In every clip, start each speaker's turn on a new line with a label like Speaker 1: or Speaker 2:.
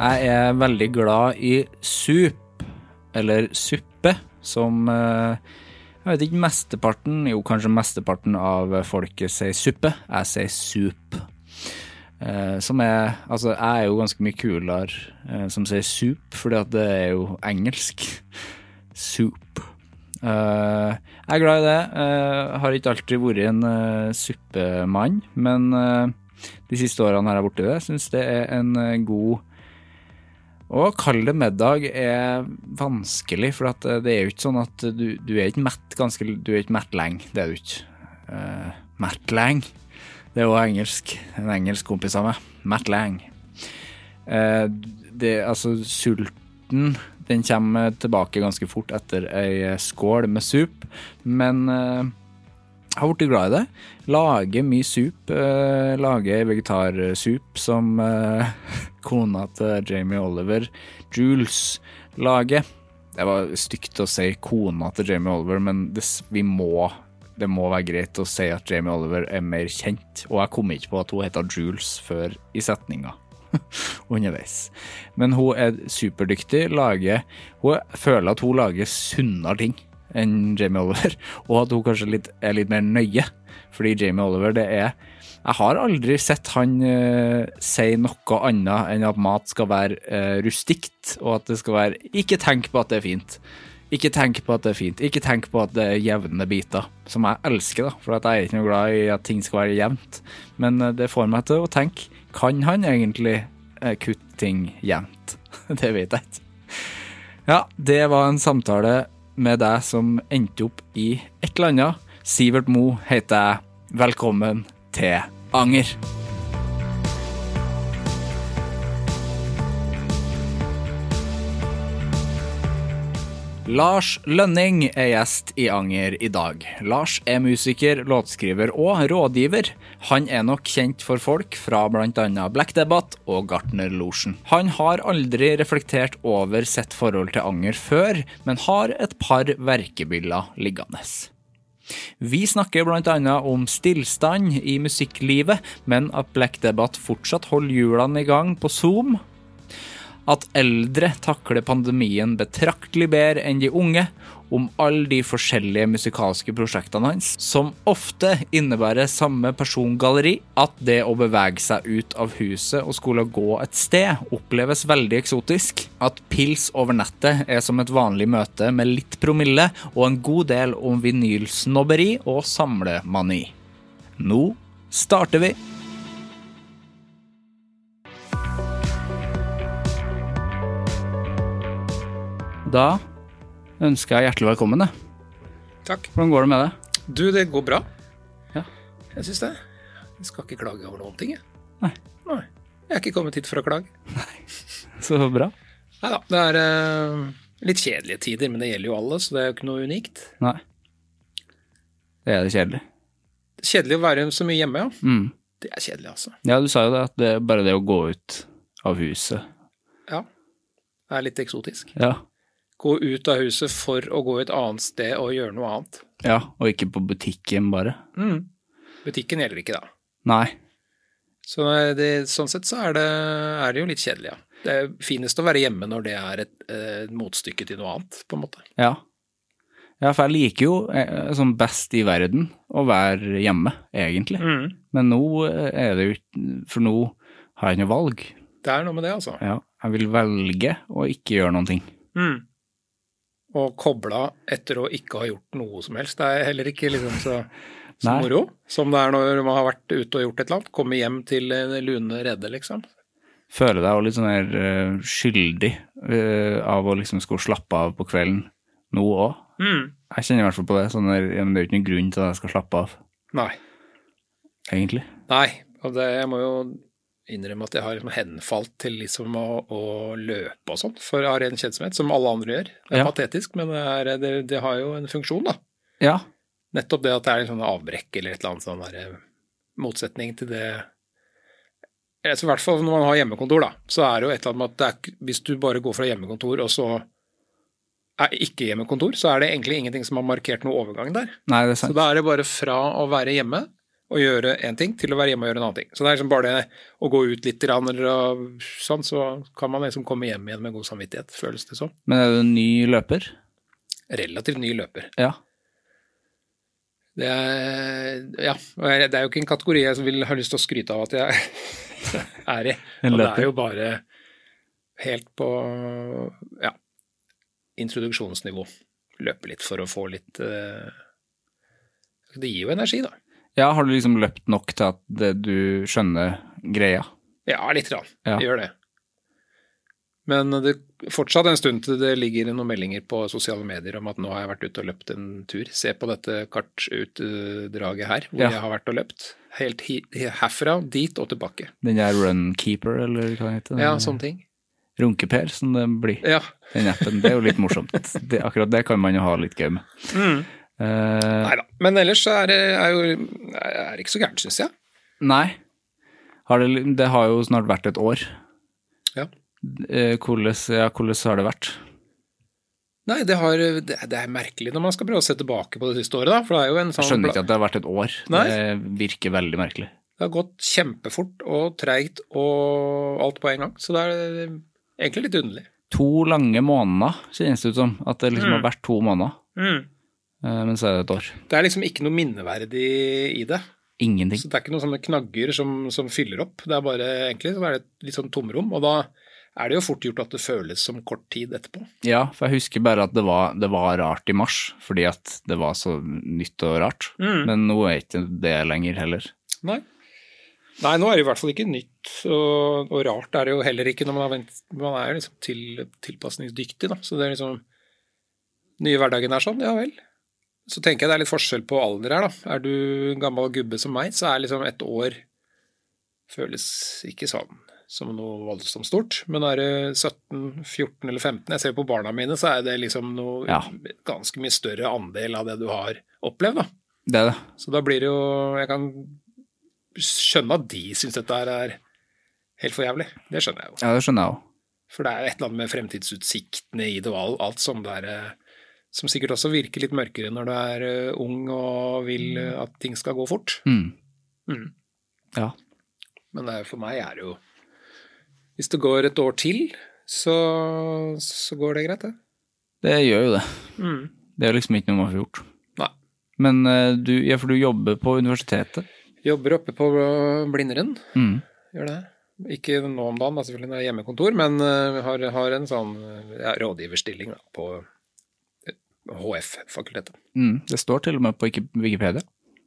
Speaker 1: Jeg er veldig glad i sup, eller suppe, som eh, Jeg vet ikke, mesteparten, jo kanskje mesteparten av folket sier suppe. Jeg sier sup. Eh, Som er Altså, jeg er jo ganske mye kulere eh, som sier sup, fordi at det er jo engelsk. Soup. Eh, jeg er glad i det. Eh, har ikke alltid vært en eh, suppemann, men eh, de siste årene har jeg blitt det. Jeg syns det er en eh, god å kalle det middag er vanskelig, for at det er jo ikke sånn at du, du er ikke mett ganske Du er ikke mett lenge, det er du ikke. Uh, mett lenge. Det er jo engelsk. En engelsk kompis av meg. Mett lenge. Eh, det, altså, sulten den kommer tilbake ganske fort etter ei skål med sup, men eh, jeg har blitt glad i det. Lager mye sup. eh, lager vegetarsup som eh, kona til Jamie Oliver, Jules, lager. Det var stygt å si kona til Jamie Oliver, men det, s- vi må det må være greit å si at Jamie Oliver er mer kjent, og jeg kom ikke på at hun heter Jules før i setninga underveis. Men hun er superdyktig, lager Hun føler at hun lager sunnere ting enn Jamie Oliver, og at hun kanskje litt, er litt mer nøye, fordi Jamie Oliver, det er Jeg har aldri sett han eh, si noe annet enn at mat skal være eh, rustikt, og at det skal være Ikke tenk på at det er fint. Ikke tenk på at det er fint. Ikke tenk på at det er jevne biter, som jeg elsker, da. For at jeg er ikke noe glad i at ting skal være jevnt. Men eh, det får meg til å tenke, kan han egentlig eh, kutte ting jevnt? det vet jeg ikke. Ja, det var en samtale med deg som endte opp i et eller annet. Sivert Mo heter jeg. Velkommen til Anger. Lars Lønning er gjest i Anger i dag. Lars er musiker, låtskriver og rådgiver. Han er nok kjent for folk fra bl.a. Black Debate og Gartnerlosjen. Han har aldri reflektert over sitt forhold til anger før, men har et par verkebiller liggende. Vi snakker bl.a. om stillstand i musikklivet, men at Black Debate fortsatt holder hjulene i gang på Zoom, at eldre takler pandemien betraktelig bedre enn de unge, om alle de forskjellige musikalske prosjektene hans, som ofte innebærer samme persongalleri, at det å bevege seg ut av huset og skulle gå et sted oppleves veldig eksotisk, at pils over nettet er som et vanlig møte med litt promille og en god del om vinylsnobberi og samlemani. Nå starter vi! Da ønsker jeg hjertelig velkommen. jeg.
Speaker 2: Takk.
Speaker 1: Hvordan går det med deg?
Speaker 2: Du, det går bra.
Speaker 1: Ja.
Speaker 2: Jeg syns det. Jeg skal ikke klage over noen ting, jeg. Nei. Jeg er ikke kommet hit for å klage.
Speaker 1: Så bra.
Speaker 2: Nei da. Det er eh, litt kjedelige tider, men det gjelder jo alle, så det er jo ikke noe unikt.
Speaker 1: Nei. Det er det kjedelig.
Speaker 2: Kjedelig å være så mye hjemme, ja.
Speaker 1: Mm.
Speaker 2: Det er kjedelig, altså.
Speaker 1: Ja, du sa jo det, at det er bare det å gå ut av huset.
Speaker 2: Ja. Det er litt eksotisk.
Speaker 1: Ja.
Speaker 2: Gå ut av huset for å gå et annet sted og gjøre noe annet.
Speaker 1: ja. Og ikke på butikken, bare.
Speaker 2: Butikken gjelder ikke, da.
Speaker 1: Nei.
Speaker 2: Så det, sånn sett så er det, er det jo litt kjedelig, ja. Det er finest å være hjemme når det er et, eh, motstykke til noe annet, på en måte.
Speaker 1: Ja. Ja, for jeg liker jo eh, som best i verden å være hjemme, egentlig. Men nå eh, er det jo ikke For nå har jeg noe valg.
Speaker 2: Det er noe med det, altså.
Speaker 1: Ja, jeg vil velge å ikke gjøre noen ting.
Speaker 2: Og koble av etter å ikke ha gjort noe som helst. Det er heller ikke liksom så, så
Speaker 1: Nei.
Speaker 2: moro som det er når man har vært ute og gjort et eller annet. Komme hjem til en lune rede, liksom.
Speaker 1: Føler deg jo litt sånn her eh, skyldig eh, av å liksom skulle slappe av på kvelden nå òg. Jeg kjenner i hvert fall på det. Sånn der, ja, men det er jo ikke noen grunn til at jeg skal slappe av,
Speaker 2: Nei.
Speaker 1: egentlig.
Speaker 2: Nei. Og det, jeg må jo innrømme at jeg har liksom henfalt til liksom å, å løpe og sånn, for av ren kjedsomhet, som alle andre gjør. Det er
Speaker 1: Ja.
Speaker 2: patetisk, men det, er, det, det har jo en funksjon, da.
Speaker 1: Ja.
Speaker 2: Nettopp det at det er en sånn avbrekk eller et eller annet sånn der, eh, motsetning til det Eh, så I hvert fall når man har hjemmekontor, da, så er det jo et eller annet med at det er, ikke- hvis du bare går fra hjemmekontor og så er ikke hjemmekontor, så er det egentlig ingenting som har markert noe overgang der.
Speaker 1: Nei, det er
Speaker 2: Så
Speaker 1: sant.
Speaker 2: da er det bare fra å være hjemme og gjøre én ting, til å være hjemme og gjøre en annen ting. Så det er liksom bare det å gå ut litt grann, eller å- sånn, så kan man liksom komme hjem igjen med god samvittighet, føles det som.
Speaker 1: Men er du en ny løper?
Speaker 2: Relativt ny løper.
Speaker 1: Ja.
Speaker 2: Det er, ja, og jeg- det er jo ikke en kategori jeg vil ha lyst til å skryte av at jeg er i.
Speaker 1: En
Speaker 2: Og det
Speaker 1: løper.
Speaker 2: er jo bare helt på ja, introduksjonsnivå. Løpe litt for å få litt eh, Det gir jo energi, da.
Speaker 1: Ja, har du liksom løpt nok til at det, du skjønner greia?
Speaker 2: Ja, litt. Rann.
Speaker 1: Ja.
Speaker 2: Det gjør det. Men det fortsatt en stund til det ligger noen meldinger på sosiale medier om at nå har jeg vært ute og løpt en tur. Se på dette kartutdraget her, hvor
Speaker 1: Ja.
Speaker 2: jeg har vært og løpt. Helt hi herfra, dit og tilbake.
Speaker 1: Den der Runkeeper, eller hva heter den?
Speaker 2: Ja, sånne ting.
Speaker 1: Runkeper, som det blir.
Speaker 2: Ja.
Speaker 1: Den appen. Det er jo litt morsomt. Det, akkurat det kan man jo ha litt gøy med.
Speaker 2: Mm.
Speaker 1: Eh,
Speaker 2: Nei da. Men ellers så er det er jo er det ikke så gærent, syns jeg.
Speaker 1: nei. Har det, det har jo snart vært et år.
Speaker 2: Ja.
Speaker 1: Eh, Hvordan ja, hvordan har det vært?
Speaker 2: Nei, det, har, det, det er merkelig når man skal prøve å se tilbake på det siste året, da. For det er jo en
Speaker 1: Jeg
Speaker 2: sånn
Speaker 1: skjønner
Speaker 2: pla-
Speaker 1: ikke at det har vært et år.
Speaker 2: Nei.
Speaker 1: Det virker veldig merkelig.
Speaker 2: Det har gått kjempefort og treigt og alt på en gang. Så det er egentlig litt underlig.
Speaker 1: To lange måneder, kjennes det ut som. At det liksom har vært to måneder. Eh, men så er det et år.
Speaker 2: Det er liksom ikke noe minneverdig i det.
Speaker 1: Ingenting.
Speaker 2: Så det er ikke noen sånne knagger som, som fyller opp. Det er bare egentlig så er det et litt sånn tomrom. Og da er det jo fort gjort at det føles som kort tid etterpå.
Speaker 1: Ja, for jeg husker bare at det var, det var rart i mars, fordi at det var så nytt og rart. Men nå er ikke det lenger heller.
Speaker 2: Nei. Nei, nå er det i hvert fall ikke nytt, og, og rart er det jo heller ikke når man har vent Man er jo liksom til, tilpasningsdyktig, da. Så det er liksom Nye hverdagen er sånn, ja vel. Så tenker jeg det er litt forskjell på alder her, da. Er du en gammel gubbe som meg, så er liksom et år Føles ikke sånn som noe voldsomt stort. Men er du 17, 14 eller 15, jeg ser på barna mine, så er det liksom noe
Speaker 1: Ja.
Speaker 2: ganske mye større andel av det du har opplevd, da.
Speaker 1: Det er det.
Speaker 2: Så da blir det jo Jeg kan skjønne at de syns dette her er helt for jævlig. Det skjønner jeg jo.
Speaker 1: Ja, det skjønner jeg òg.
Speaker 2: For det er et eller annet med fremtidsutsiktene i det og alt, alt som det er eh, Som sikkert også virker litt mørkere når du er eh, ung og vil eh, at ting skal gå fort.
Speaker 1: Mm.
Speaker 2: Mm.
Speaker 1: Ja.
Speaker 2: Men det er, for meg er det jo Hvis det går et år til, så, så går det greit, det.
Speaker 1: Det gjør jo det. Det er liksom ikke noe man får gjort.
Speaker 2: Nei.
Speaker 1: Men eh, du, ja, for du jobber på universitetet.
Speaker 2: Jobber oppe på Blindern.
Speaker 1: Mm.
Speaker 2: Gjør det. Ikke nå om dagen, da, selvfølgelig når jeg er hjemmekontor, men eh, har, har en sånn ja, rådgiverstilling da, på eh, HF-fakultetet.
Speaker 1: Mm. Det står til og med på Wiki- Wikipedia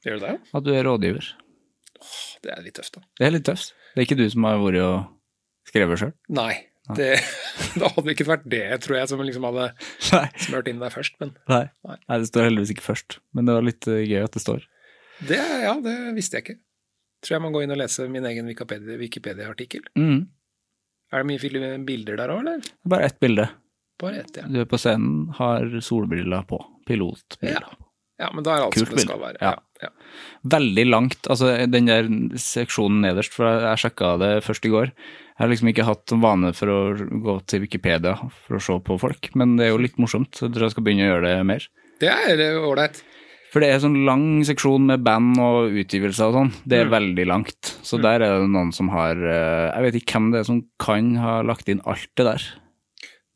Speaker 2: Gjør du det? ja?
Speaker 1: at du er rådgiver.
Speaker 2: Det er litt tøft, da.
Speaker 1: Det er litt tøft. Det er ikke du som har vært og skrevet sjøl.
Speaker 2: Nei. Det, det hadde ikke vært det, tror jeg, som liksom hadde
Speaker 1: Nei.
Speaker 2: smørt inn der først. Men
Speaker 1: Nei.
Speaker 2: Nei.
Speaker 1: Nei, det står heldigvis ikke først. Men det var litt eh, gøy at det står.
Speaker 2: det, ja, det visste jeg ikke. Tror jeg må gå inn og lese min egen Wikipedia- Wikipedia-artikkel.
Speaker 1: Mm.
Speaker 2: er det mye fil- bilder der òg, eller?
Speaker 1: Bare ett bilde.
Speaker 2: Bare ett, ja.
Speaker 1: Du er på scenen, har solbriller på. Pilotbriller.
Speaker 2: Ja. Ja, men da er alt
Speaker 1: Kult
Speaker 2: som det skal
Speaker 1: bilde.
Speaker 2: være. Ja. Ja.
Speaker 1: Veldig langt. Altså, den der seksjonen nederst, for jeg- jeg sjekka det først i går. Jeg har liksom ikke hatt en vane for å gå til Wikipedia for å se på folk, men det er jo litt morsomt. så Jeg tror jeg skal begynne å gjøre det mer.
Speaker 2: Det er eh, det er ålreit.
Speaker 1: For det er sånn lang seksjon med band og utgivelser og sånn. Det er veldig langt. Så der er det noen som har eh, Jeg vet ikke hvem det er som kan ha lagt inn alt det der.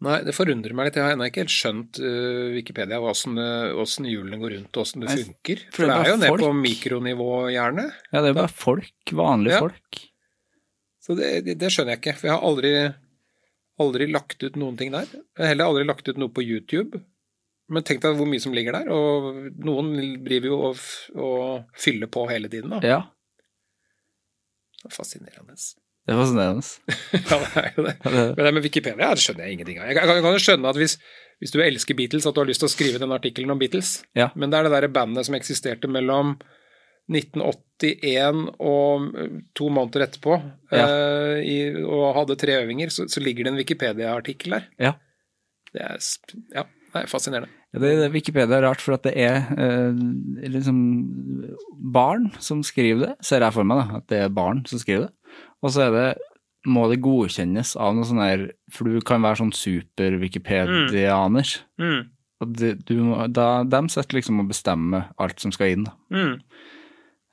Speaker 2: Nei, det forundrer meg litt. Jeg har ennå ikke helt skjønt eh, Wikipedia, åssen hjulene går rundt og åssen det
Speaker 1: Nei,
Speaker 2: funker.
Speaker 1: for
Speaker 2: For det
Speaker 1: det
Speaker 2: er jo
Speaker 1: er
Speaker 2: ned
Speaker 1: folk.
Speaker 2: på mikronivå, gjerne.
Speaker 1: Ja, det er bare folk. Vanlige
Speaker 2: Ja.
Speaker 1: folk.
Speaker 2: Så det, det, det skjønner jeg ikke. For jeg har aldri, aldri lagt ut noen ting der. Jeg har heller aldri lagt ut noe på YouTube. Men tenk deg hvor mye som ligger der. Og noen driver jo og, f- og fyller på hele tiden, da.
Speaker 1: Ja.
Speaker 2: Fascinerende.
Speaker 1: Det er fascinerende.
Speaker 2: Ja, det er jo det.
Speaker 1: Ja, det-
Speaker 2: Men det med Wikipedia det skjønner jeg ingenting av. Jeg kan, jeg kan jo skjønne at hvis, hvis du elsker Beatles, at du har lyst til å skrive den artikkelen om Beatles.
Speaker 1: Ja.
Speaker 2: Men det er det derre bandet som eksisterte mellom 1981 og eh, to måneder etterpå, eh, i, og hadde tre øvinger, så, så ligger det en Wikipedia-artikkel der.
Speaker 1: Ja.
Speaker 2: Det er sp- ja, det er fascinerende.
Speaker 1: Ja, det, det, Wikipedia er rart, for at det er eh, liksom barn som skriver det. Ser jeg for meg, da. At det er barn som skriver det. Og så er det må det godkjennes av noe sånn her For du kan være sånn super-wikipedianer.
Speaker 2: Mm.
Speaker 1: Og det, du må, da, dem sitter liksom og bestemmer alt som skal inn. da. Eh,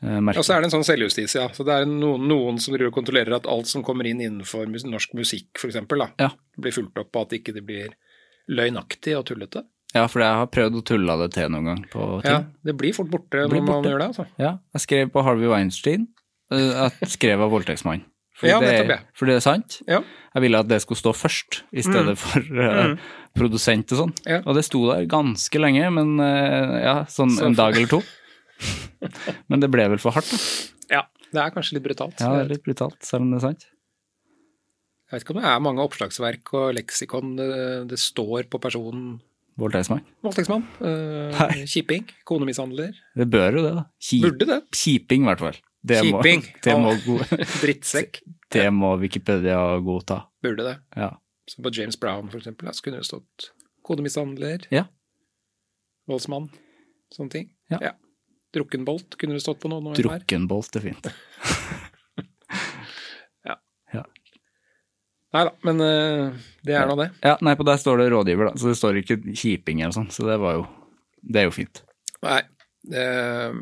Speaker 1: merker-
Speaker 2: Mm. Og så er det en sånn selvjustis, ja. Så det er noen, noen som driver og kontrollerer at alt som kommer inn innenfor mus norsk musikk, f.eks.,
Speaker 1: Ja.
Speaker 2: blir fulgt opp, og at ikke det blir løgnaktig og tullete.
Speaker 1: ja, for jeg har prøvd å tulle det til noen gang på ting.
Speaker 2: Ja, det blir fort borte
Speaker 1: blir
Speaker 2: når man
Speaker 1: borte.
Speaker 2: gjør det. altså.
Speaker 1: Ja, jeg skrev på Harvey Weinstein eh, at skrev av voldtektsmann. Fordi
Speaker 2: Ja, nettopp,
Speaker 1: det,
Speaker 2: ja.
Speaker 1: er- fordi det er sant.
Speaker 2: Ja. Mm.
Speaker 1: Jeg ville at det skulle stå først, i stedet for eh, produsent og sånn.
Speaker 2: Ja.
Speaker 1: Og det sto der ganske lenge, men eh, ja, sånn
Speaker 2: Så-
Speaker 1: en dag eller to. men det ble vel for hardt, da.
Speaker 2: ja. Det er kanskje litt brutalt.
Speaker 1: Ja, det er litt brutalt, selv om det er sant.
Speaker 2: Jeg vet ikke om det er mange oppslagsverk og leksikon det, det står på personen
Speaker 1: Voldtektsmann.
Speaker 2: voldtektsmann, eh,
Speaker 1: Nei.
Speaker 2: kjipping, konemishandler,
Speaker 1: Det bør jo det, da. Kjip,
Speaker 2: Burde det.
Speaker 1: Kjiping, i hvert fall. Det må,
Speaker 2: Kjiping.
Speaker 1: det må,
Speaker 2: Ja.
Speaker 1: go-
Speaker 2: drittsekk.
Speaker 1: det må Wikipedia godta.
Speaker 2: Burde det.
Speaker 1: Ja.
Speaker 2: Så på James Brown for eksempel, da, så kunne det stått konemishandler,
Speaker 1: ja.
Speaker 2: voldsmann, sånne ting.
Speaker 1: Ja.
Speaker 2: Drukkenbolt kunne det stått på noen. og enhver.
Speaker 1: Drukkenbolt er fint.
Speaker 2: Ja.
Speaker 1: ja.
Speaker 2: Nei da, men eh, det er nå det.
Speaker 1: Ja, nei, på der står det rådgiver, da, så det står ikke kjiping eller sånn, så det var jo Det er jo fint.
Speaker 2: Nei. eh,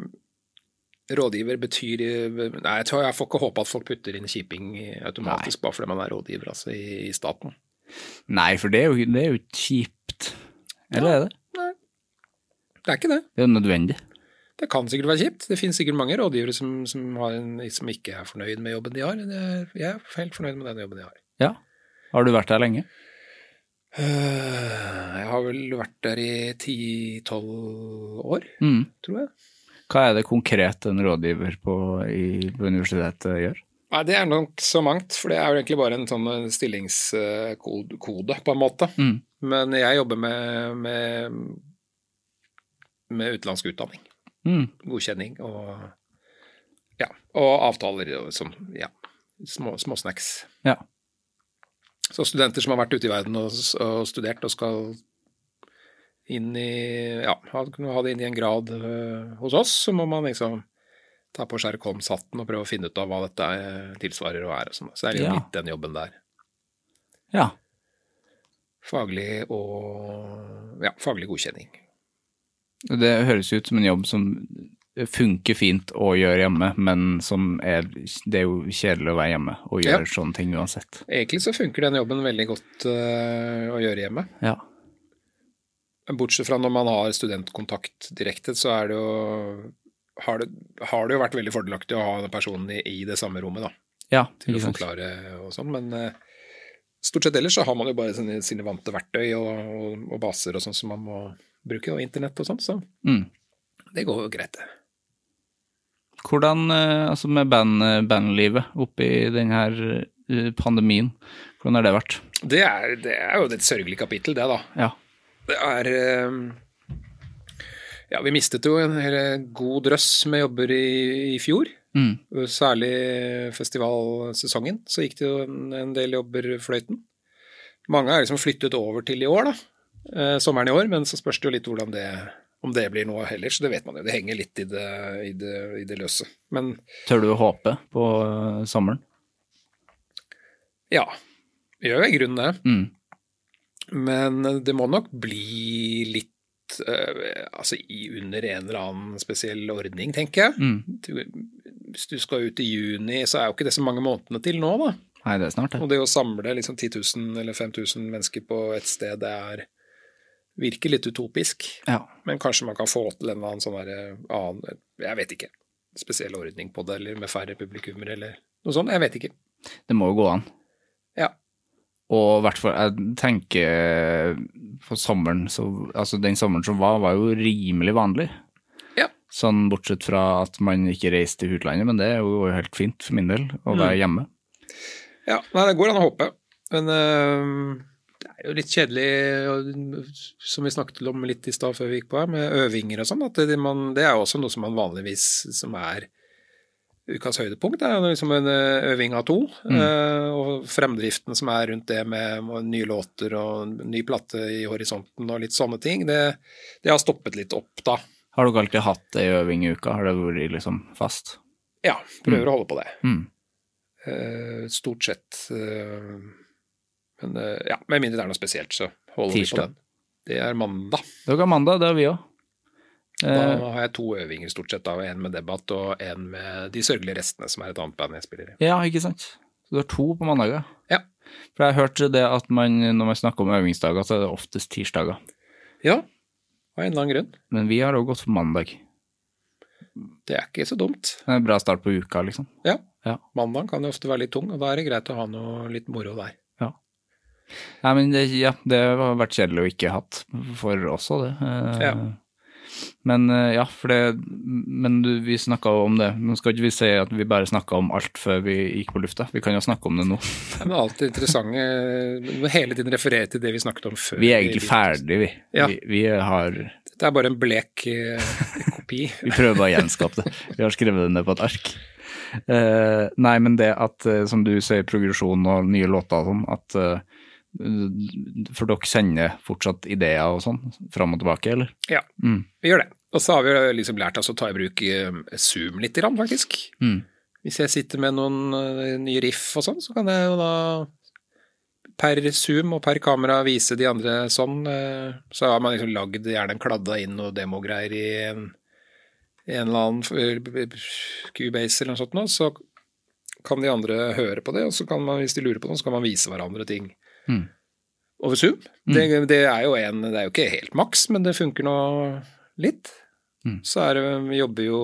Speaker 2: rådgiver betyr Nei, jeg, tror jeg får ikke håpe at folk putter inn kjiping automatisk bare fordi man er rådgiver altså, i, i staten.
Speaker 1: Nei, for det er jo, det er jo kjipt. Eller er det?
Speaker 2: Det er ikke det.
Speaker 1: Det er jo nødvendig.
Speaker 2: Det kan sikkert være kjipt. Det finnes sikkert mange rådgivere som, som, har en, som ikke er fornøyd med jobben de har. Det er, jeg er helt fornøyd med den jobben jeg har.
Speaker 1: Ja. Har du vært der lenge?
Speaker 2: Eh, Jeg har vel vært der i ti-tolv år,
Speaker 1: Mm.
Speaker 2: tror jeg.
Speaker 1: Hva er det konkret en rådgiver på, i, på universitetet gjør?
Speaker 2: Nei, det er nok så mangt, for det er jo egentlig bare en sånn stillingskode, på en måte.
Speaker 1: Mm.
Speaker 2: Men jeg jobber med, med, med utenlandsk utdanning,
Speaker 1: Mm.
Speaker 2: godkjenning og, ja, og avtaler og sånn, ja, små, småsnacks.
Speaker 1: Ja.
Speaker 2: Så studenter som har vært ute i verden og, og studert og skal inn i Ja, ha ha det inn i en grad øh, hos oss, så må man liksom ta på Sherkolmshatten og prøve å finne ut av hva dette øh, tilsvarer og er og sånn. Så det er jo
Speaker 1: Ja.
Speaker 2: litt den jobben der.
Speaker 1: ja.
Speaker 2: Faglig og Ja, faglig godkjenning.
Speaker 1: Det høres ut som en jobb som funker fint å gjøre hjemme, men som er Det er jo kjedelig å være hjemme og
Speaker 2: Ja.
Speaker 1: gjøre sånne ting uansett.
Speaker 2: Egentlig så funker den jobben veldig godt øh, å gjøre hjemme.
Speaker 1: Ja.
Speaker 2: Bortsett fra når man har studentkontakt direkte, så er det jo har det, har det jo vært veldig fordelaktig å ha den personen i, i det samme rommet, da.
Speaker 1: Ja,
Speaker 2: til
Speaker 1: ikke
Speaker 2: å
Speaker 1: sant.
Speaker 2: forklare og sånn. Men eh, stort sett ellers så har man jo bare sine, sine vante verktøy og, og, og baser og sånn som man må bruke, og internett og sånn, så
Speaker 1: Mm.
Speaker 2: det går jo greit, det.
Speaker 1: Hvordan, eh, altså med band, eh, bandlivet oppe i denne eh, pandemien, hvordan har det vært?
Speaker 2: Det er, det er jo et sørgelig kapittel, det, da.
Speaker 1: Ja.
Speaker 2: Det er eh, Ja, vi mistet jo en hel god drøss med jobber i, i fjor.
Speaker 1: Mm.
Speaker 2: Særlig festivalsesongen, så gikk det jo en, en del jobber fløyten. Mange er liksom flyttet over til i år, da. Eh, sommeren i år, men så spørs det jo litt hvordan det om det blir noe heller, så det vet man jo. Det henger litt i det, i det, i det løse. Men
Speaker 1: Tør du å håpe på eh, sommeren?
Speaker 2: ja, det gjør jo i grunnen det.
Speaker 1: Mm.
Speaker 2: Men eh, det må nok bli litt eh, altså i, under en eller annen spesiell ordning, tenker jeg. Du, hvis du skal ut i juni, så er jo ikke det så mange månedene til nå, da.
Speaker 1: Nei, det er snart, det.
Speaker 2: Og det å samle liksom 10 000 eller 5000 mennesker på et sted, det er, virker litt utopisk.
Speaker 1: Ja.
Speaker 2: Men kanskje man kan få til en eller annen sånn derre annen Jeg vet ikke. Spesiell ordning på det, eller med færre publikummere, eller noe sånt. Jeg vet ikke.
Speaker 1: Det må jo gå an.
Speaker 2: Ja.
Speaker 1: Og i hvert fall, jeg tenker eh, på sommeren så, Altså, den sommeren som var, var jo rimelig vanlig.
Speaker 2: Ja.
Speaker 1: Sånn bortsett fra at man ikke reiste til utlandet, men det er jo helt fint for min del å være hjemme.
Speaker 2: Ja, nei, det går an å håpe. Men øh, det er jo litt kjedelig, og, som vi snakket om litt i stad før vi gikk på her, med øvinger og sånn. at Det, man, det er jo også noe som man vanligvis som er ukas høydepunkt. Det er jo liksom en øh, øving av to. øh, og fremdriften som er rundt det med nye låter og en ny plate i horisonten og litt sånne ting, det, det har stoppet litt opp da.
Speaker 1: Har dere alltid hatt ei øving i uka? Har det vært liksom fast?
Speaker 2: Ja, prøver å holde på det.
Speaker 1: Mm.
Speaker 2: Eh, stort sett. eh, men eh, ja, med mindre det er noe spesielt, så holder vi
Speaker 1: Tirsdag.
Speaker 2: på den. Det er mandag.
Speaker 1: Dere har mandag, det har vi òg. Eh.
Speaker 2: Da har jeg to øvinger stort sett, da. En med debatt og en med De sørgelige restene, som er et annet band jeg spiller i.
Speaker 1: Ja, ikke sant. Så du har to på mandager.
Speaker 2: Ja.
Speaker 1: For jeg har hørt det at man, når man snakker om øvingsdager, så er det oftest tirsdager.
Speaker 2: ja, av en eller annen grunn.
Speaker 1: Men vi har òg gått for mandag.
Speaker 2: Det er ikke så dumt.
Speaker 1: Det er en bra start på uka, liksom.
Speaker 2: Ja.
Speaker 1: Ja.
Speaker 2: Mandag kan jo ofte være litt tung, og da er det greit å ha noe litt moro der.
Speaker 1: Nei, men det, ja, det har vært kjedelig å ikke hatt for oss òg, det. Eh,
Speaker 2: Ja.
Speaker 1: Men eh, ja, for det Men du, vi snakka jo om det. Men skal ikke vi si at vi bare snakka om alt før vi gikk på lufta? Vi kan jo snakke om det nå.
Speaker 2: Det er alltid interessante Du må hele tiden referere til det vi snakket om før.
Speaker 1: Vi er egentlig
Speaker 2: vi-
Speaker 1: ferdige, vi.
Speaker 2: Ja.
Speaker 1: Vi, vi har
Speaker 2: Det er bare en blek eh, kopi.
Speaker 1: Vi prøver bare å gjenskape det. Vi har skrevet det ned på et ark. Eh, nei, men det at, eh, som du sier, progresjon og nye låter og sånn, at eh, For dere sender fortsatt ideer og sånn fram og tilbake, eller?
Speaker 2: Ja, vi gjør det. Og så har vi jo liksom lært oss å ta i bruk eh, Zoom litt, grann, faktisk. Hvis jeg sitter med noen eh, nye riff og sånn, så kan jeg jo da per Zoom og per kamera vise de andre sånn. eh, Så har man liksom lagd gjerne en kladda inn noe demogreier i en, i en eller annen eh, Cubase eller noe sånt nå, så kan de andre høre på det, og så kan man, hvis de lurer på noe, så kan man vise hverandre ting
Speaker 1: Mm.
Speaker 2: over Zoom. Det, det er jo en, det er jo ikke helt maks, men det funker nå litt. Så er det, vi jobber jo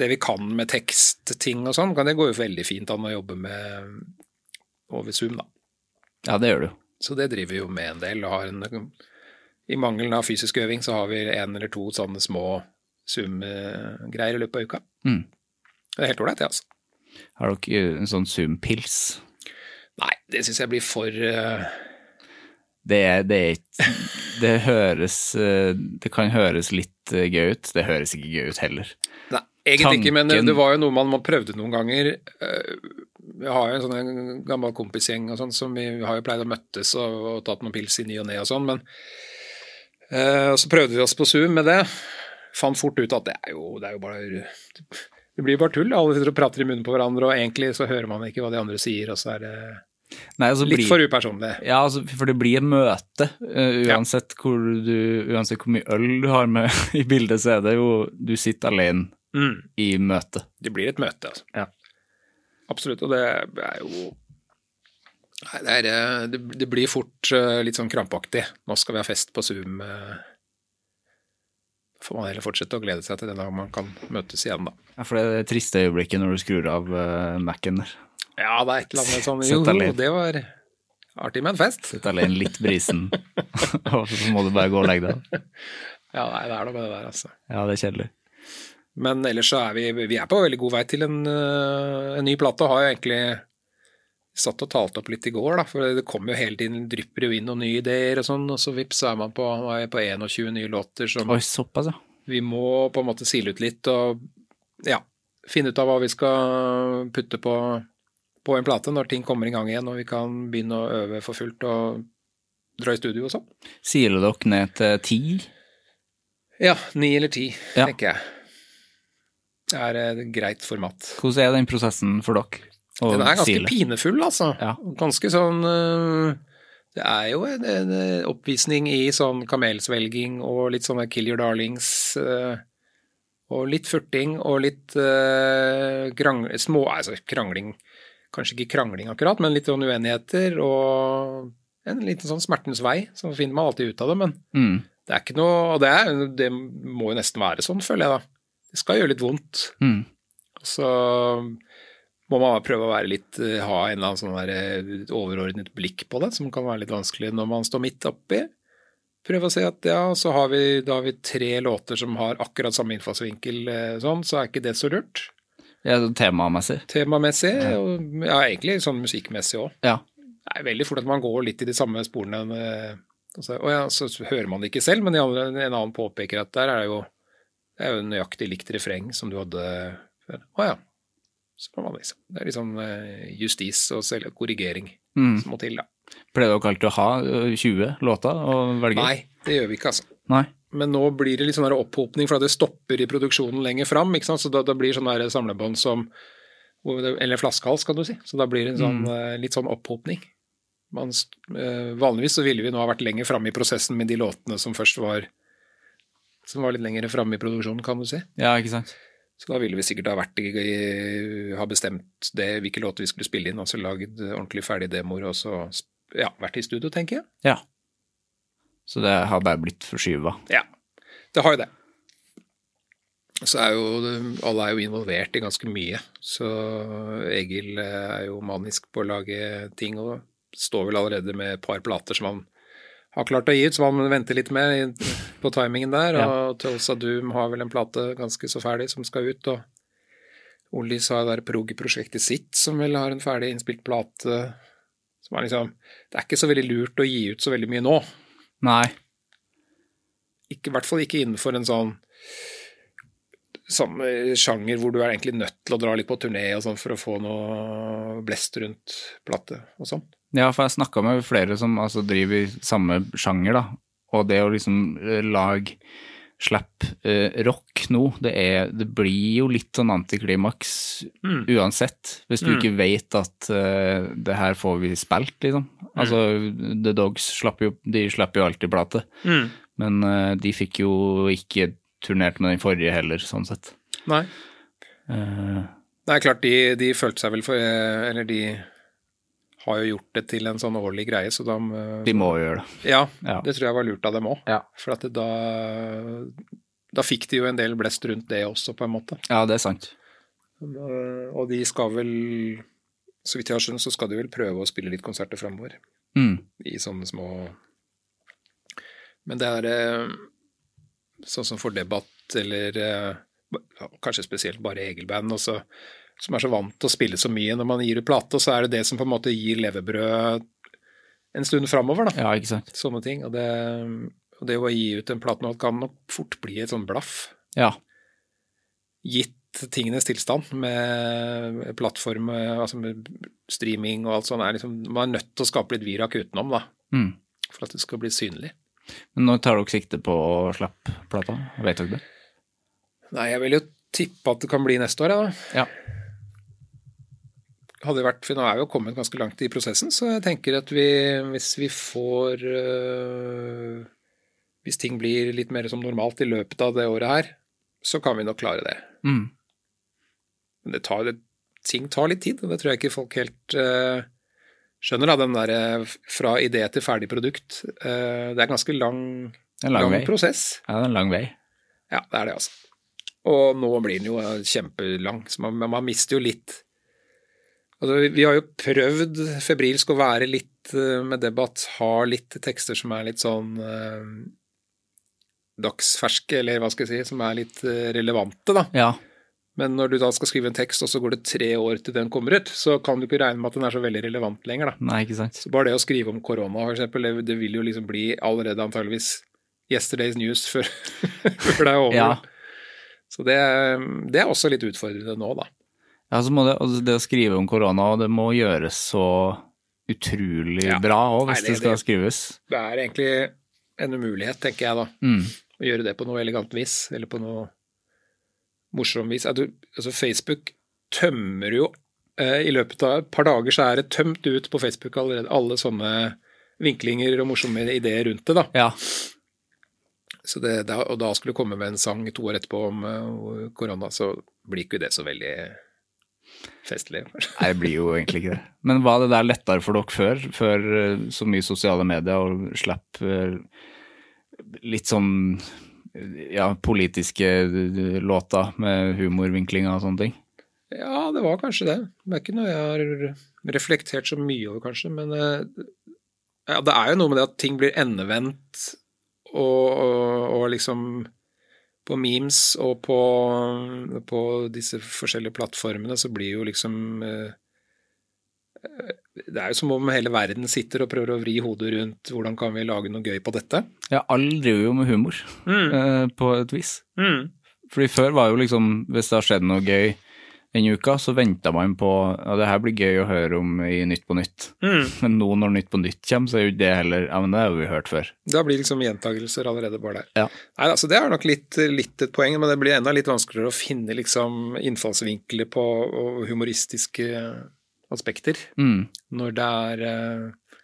Speaker 2: det vi kan med tekstting og sånn, kan det gå jo veldig fint an å jobbe med over Zoom, da.
Speaker 1: Ja, det gjør du jo.
Speaker 2: Så det driver vi jo med en del. og Har en, I mangelen av fysisk øving så har vi en eller to sånne små Zoom-greier i løpet av uka.
Speaker 1: Mm.
Speaker 2: Det er helt ålreit, det, altså.
Speaker 1: Har dere en sånn Zoom-pils?
Speaker 2: Nei, det syns jeg blir for eh,
Speaker 1: Det, er- det er ikke Det høres eh, Det kan høres litt eh, gøy ut. Det høres ikke gøy ut heller.
Speaker 2: Nei, egentlig ikke, men eh,
Speaker 1: Tanken-
Speaker 2: det var jo noe man, man prøvde noen ganger. Eh, Vi har jo en sånn en gammel kompisgjeng og sånn, som vi har jo pleid å møttes og, og tatt noen pils i ny og ne og sånn, men eh, og så prøvde vi oss på Zoom med det. Fant fort ut at det er jo, det er jo bare Det blir bare tull. Alle sitter og prater i munnen på hverandre, og egentlig så hører man ikke hva de andre sier, og så er det
Speaker 1: Nei, altså,
Speaker 2: litt
Speaker 1: blir-
Speaker 2: for upersonlig.
Speaker 1: Ja, altså, for det blir et møte. eh,
Speaker 2: Ja.
Speaker 1: uansett, hvor du, uansett hvor mye øl du har med i bildet, så er det jo Du sitter alene
Speaker 2: Mm.
Speaker 1: i møtet.
Speaker 2: Det blir et møte, altså.
Speaker 1: Ja.
Speaker 2: Absolutt, og det er jo Nei, det, er, eh, det, det blir fort eh, litt sånn krampaktig. Nå skal vi ha fest på Zoom. eh. Får man heller fortsette å glede seg til den dagen man kan møtes igjen, da.
Speaker 1: Ja, for det er det triste øyeblikket når du skrur av uh, Mac-en der.
Speaker 2: Ja, det er et eller annet sånn
Speaker 1: Sett
Speaker 2: Jo,
Speaker 1: deg litt.
Speaker 2: det var artig med en fest.
Speaker 1: Sitter alene litt brisen, og så må du bare gå og legge deg.
Speaker 2: Ja, nei, det er noe med det der, altså.
Speaker 1: Ja, det er kjedelig.
Speaker 2: Men ellers så er vi, vi er på veldig god vei til en, øh, en ny plate. og Har jo egentlig satt og talt opp litt i går, da. For det kommer jo hele tiden, drypper jo inn noen nye ideer og sånn. Og så vips, så er man på, nå er jeg på 21 nye låter som
Speaker 1: Oi, såpass, ja.
Speaker 2: vi må på en måte sile ut litt og ja, finne ut av hva vi skal putte på, på en plate når ting kommer i gang igjen og vi kan begynne å øve for fullt og dra i studio og sånn.
Speaker 1: Siler dere ned til ti?
Speaker 2: Ja, ni eller ti,
Speaker 1: Ja.
Speaker 2: tenker jeg. Det er eh, et greit format.
Speaker 1: Hvordan er den prosessen for dere? og
Speaker 2: Den er ganske
Speaker 1: stilen?
Speaker 2: pinefull, altså.
Speaker 1: Ja.
Speaker 2: Ganske sånn eh, Det er jo en, en eh, oppvisning i sånn kamelsvelging og litt sånne kill your darlings. eh, og litt furting og litt eh, krang, små altså krangling. Kanskje ikke krangling akkurat, men litt sånn uenigheter og en liten sånn smertens vei. Så finner man alltid ut av det, men
Speaker 1: Mm.
Speaker 2: det er ikke noe Og det, er, det må jo nesten være sånn, føler jeg, da. Det skal gjøre litt vondt.
Speaker 1: Mm.
Speaker 2: Og så må man prøve å være litt, eh, ha en eller annen sånn der eh, overordnet blikk på det, som kan være litt vanskelig når man står midt oppi. Prøve å se at ja, så har vi, da har vi tre låter som har akkurat samme innfallsvinkel, eh, sånn, så er ikke det så lurt.
Speaker 1: Ja, sånn temamessig.
Speaker 2: Temamessig, og ja, egentlig sånn musikkmessig òg.
Speaker 1: Ja.
Speaker 2: Det er veldig fort at man går litt i de samme sporene. eh, Og så, å ja, så hører man det ikke selv, men de andre, en annen påpeker at der er jo, det er jo nøyaktig likt refreng som du hadde før. Å ja. Så kan man liksom, det er litt sånn eh, justis og selv korrigering
Speaker 1: Mm.
Speaker 2: som må til, da.
Speaker 1: Pleier dere alltid å ha ø, 20 låter å velge? i?
Speaker 2: Nei, det gjør vi ikke, altså.
Speaker 1: Nei.
Speaker 2: Men nå blir det litt sånn der opphopning, for at det stopper i produksjonen lenger fram. Ikke sant? Så da, da blir det sånn der samlebånd som hvor det- Eller flaskehals, kan du si. Så da blir det en sånn, eh, litt sånn opphopning. Man, s- eh, vanligvis så ville vi nå ha vært lenger framme i prosessen med de låtene som først var som var litt lenger framme i produksjonen, kan du si.
Speaker 1: Ja, ikke sant.
Speaker 2: Så da ville vi sikkert ha vært i, i- ha bestemt det, hvilke låter vi skulle spille inn, altså lagd ordentlig ferdig demoer og så sp- ja, vært i studio, tenker jeg.
Speaker 1: Ja. Så det har bare blitt forskyva.
Speaker 2: Ja, det har jo det. Så er jo alle er jo involvert i ganske mye. Så Egil eh, er jo manisk på å lage ting, og står vel allerede med et par plater som han har klart å gi ut, som han venter litt med i- på timingen der.
Speaker 1: Ja.
Speaker 2: Og Tulsa Doom har vel en plate ganske så ferdig som skal ut, og Ollis har det der prog-prosjektet sitt som vel har en ferdig innspilt plate. Som er liksom Det er ikke så veldig lurt å gi ut så veldig mye nå
Speaker 1: Nei.
Speaker 2: ikke, i hvert fall ikke innenfor en sånn samme sjanger hvor du er egentlig nødt til å dra litt på turné og sånn for å få noe blest rundt plate og sånn.
Speaker 1: Ja, for jeg snakka med flere som altså, driver i samme sjanger, da. Og det å liksom ø, lage slapp ø, eh, rock nå, det, er, det blir jo litt sånn antiklimaks Mm. uansett. Hvis du ikke veit at ø, det her får vi spilt, liksom. Altså, The Dogs slapp jo, de slapp jo alltid plate. Men ø, de fikk jo ikke turnert med den forrige heller, sånn sett.
Speaker 2: Nei.
Speaker 1: Eh,
Speaker 2: Det er klart, de, de følte seg vel for eh, Eller de har jo gjort det til en sånn årlig greie, så da
Speaker 1: de må jo gjøre det.
Speaker 2: Ja,
Speaker 1: Ja.
Speaker 2: det tror jeg var lurt av dem òg.
Speaker 1: Ja.
Speaker 2: For at det, da da fikk de jo en del blest rundt det også, på en måte.
Speaker 1: Ja, det er sant.
Speaker 2: Eh, Og de skal vel, så vidt jeg har skjønt, så skal de vel prøve å spille litt konserter framover.
Speaker 1: Mm.
Speaker 2: i sånne små Men det er eh, sånn som for debatt, eller eh, ja, kanskje spesielt bare Egil-band, også, som er så vant til å spille så mye. Når man gir ut plate, så er det det som på en måte gir levebrød en stund framover, da.
Speaker 1: Ja, ikke sant.
Speaker 2: Sånne ting. Og det, og det å gi ut en plate nå kan nok fort bli et sånn blaff
Speaker 1: Ja.
Speaker 2: gitt tingenes tilstand med plattform, altså med streaming og alt sånt, er liksom, man er nødt til å skape litt virak utenom, da.
Speaker 1: Mm.
Speaker 2: For at det skal bli synlig.
Speaker 1: Men når tar dere sikte på å slippe plata? Vet dere det?
Speaker 2: Nei, jeg vil jo tippe at det kan bli neste år, jeg,
Speaker 1: Ja.
Speaker 2: da. Hadde det vært, for nå er vi jo kommet ganske langt i prosessen, så jeg tenker at vi, hvis vi får øh, Hvis ting blir litt mer som normalt i løpet av det året her, så kan vi nok klare det.
Speaker 1: Mm.
Speaker 2: Men det tar, det, ting tar litt tid, og det tror jeg ikke folk helt eh, skjønner. Da, den der eh, fra idé til ferdig produkt. Eh, det er ganske lang,
Speaker 1: Det er en lang, vei.
Speaker 2: prosess.
Speaker 1: Ja, det er en lang vei.
Speaker 2: Ja, det er det, altså. Og nå blir den jo eh, kjempelang, så man, men man mister jo litt Altså, vi- vi har jo prøvd febrilsk å være litt eh, med debatt, ha litt tekster som er litt sånn eh, dagsferske, eller hva skal jeg si, som er litt eh, relevante, da.
Speaker 1: Ja.
Speaker 2: Men når du da skal skrive en tekst, og så går det tre år til den kommer ut, så kan du ikke regne med at den er så veldig relevant lenger, da.
Speaker 1: Nei, ikke sant.
Speaker 2: Så bare det å skrive om korona, for eksempel, det- det vil jo liksom bli allerede antageligvis yesterday's news før, før det er over.
Speaker 1: Ja.
Speaker 2: Så det, er- det er også litt utfordrende nå, da.
Speaker 1: ja, så må det, altså det å skrive om korona, og det må gjøres så utrolig
Speaker 2: Ja.
Speaker 1: bra òg, hvis
Speaker 2: Nei,
Speaker 1: det,
Speaker 2: det-
Speaker 1: skal
Speaker 2: det-
Speaker 1: skrives.
Speaker 2: Det er egentlig en umulighet, tenker jeg da.
Speaker 1: Mm.
Speaker 2: og gjøre det på noe elegant vis, eller på noe morsom vis. Er du- Altså, Facebook tømmer jo eh, I løpet av et par dager så er det tømt ut på Facebook allerede, alle sånne vinklinger og morsomme ideer rundt det, da.
Speaker 1: Ja.
Speaker 2: Så det, da og da skulle det komme med en sang to år etterpå om eh, korona, så blir ikke det så veldig festlig.
Speaker 1: Nei, det blir jo egentlig ikke det. Men var det der lettere for dere før? Før eh, så mye sosiale medier og slapp eh, litt sånn eh, ja, politiske eh, låter med humorvinklinger og sånne ting?
Speaker 2: Ja, det var kanskje det. Det er ikke noe jeg har reflektert så mye over, kanskje. Men eh, ja, det er jo noe med det at ting blir endevendt, og, og, og liksom på memes og på, på disse forskjellige plattformene så blir jo liksom eh, Det er jo som om hele verden sitter og prøver å vri hodet rundt hvordan kan vi lage noe gøy på dette.
Speaker 1: Ja, alle driver jo med humor, eh, på et vis. Fordi før var jo liksom, hvis det har skjedd noe gøy denne uka, så venta man på ja, det her blir gøy å høre om i Nytt på Nytt. Men nå når Nytt på Nytt kommer, så er jo ikke det heller Ja, men det har vi hørt før.
Speaker 2: Da blir liksom gjentagelser allerede bare der.
Speaker 1: Ja.
Speaker 2: Nei, altså Det er nok litt, litt et poeng, men det blir enda litt vanskeligere å finne liksom innfallsvinkler på og humoristiske aspekter
Speaker 1: Mm.
Speaker 2: når det er eh,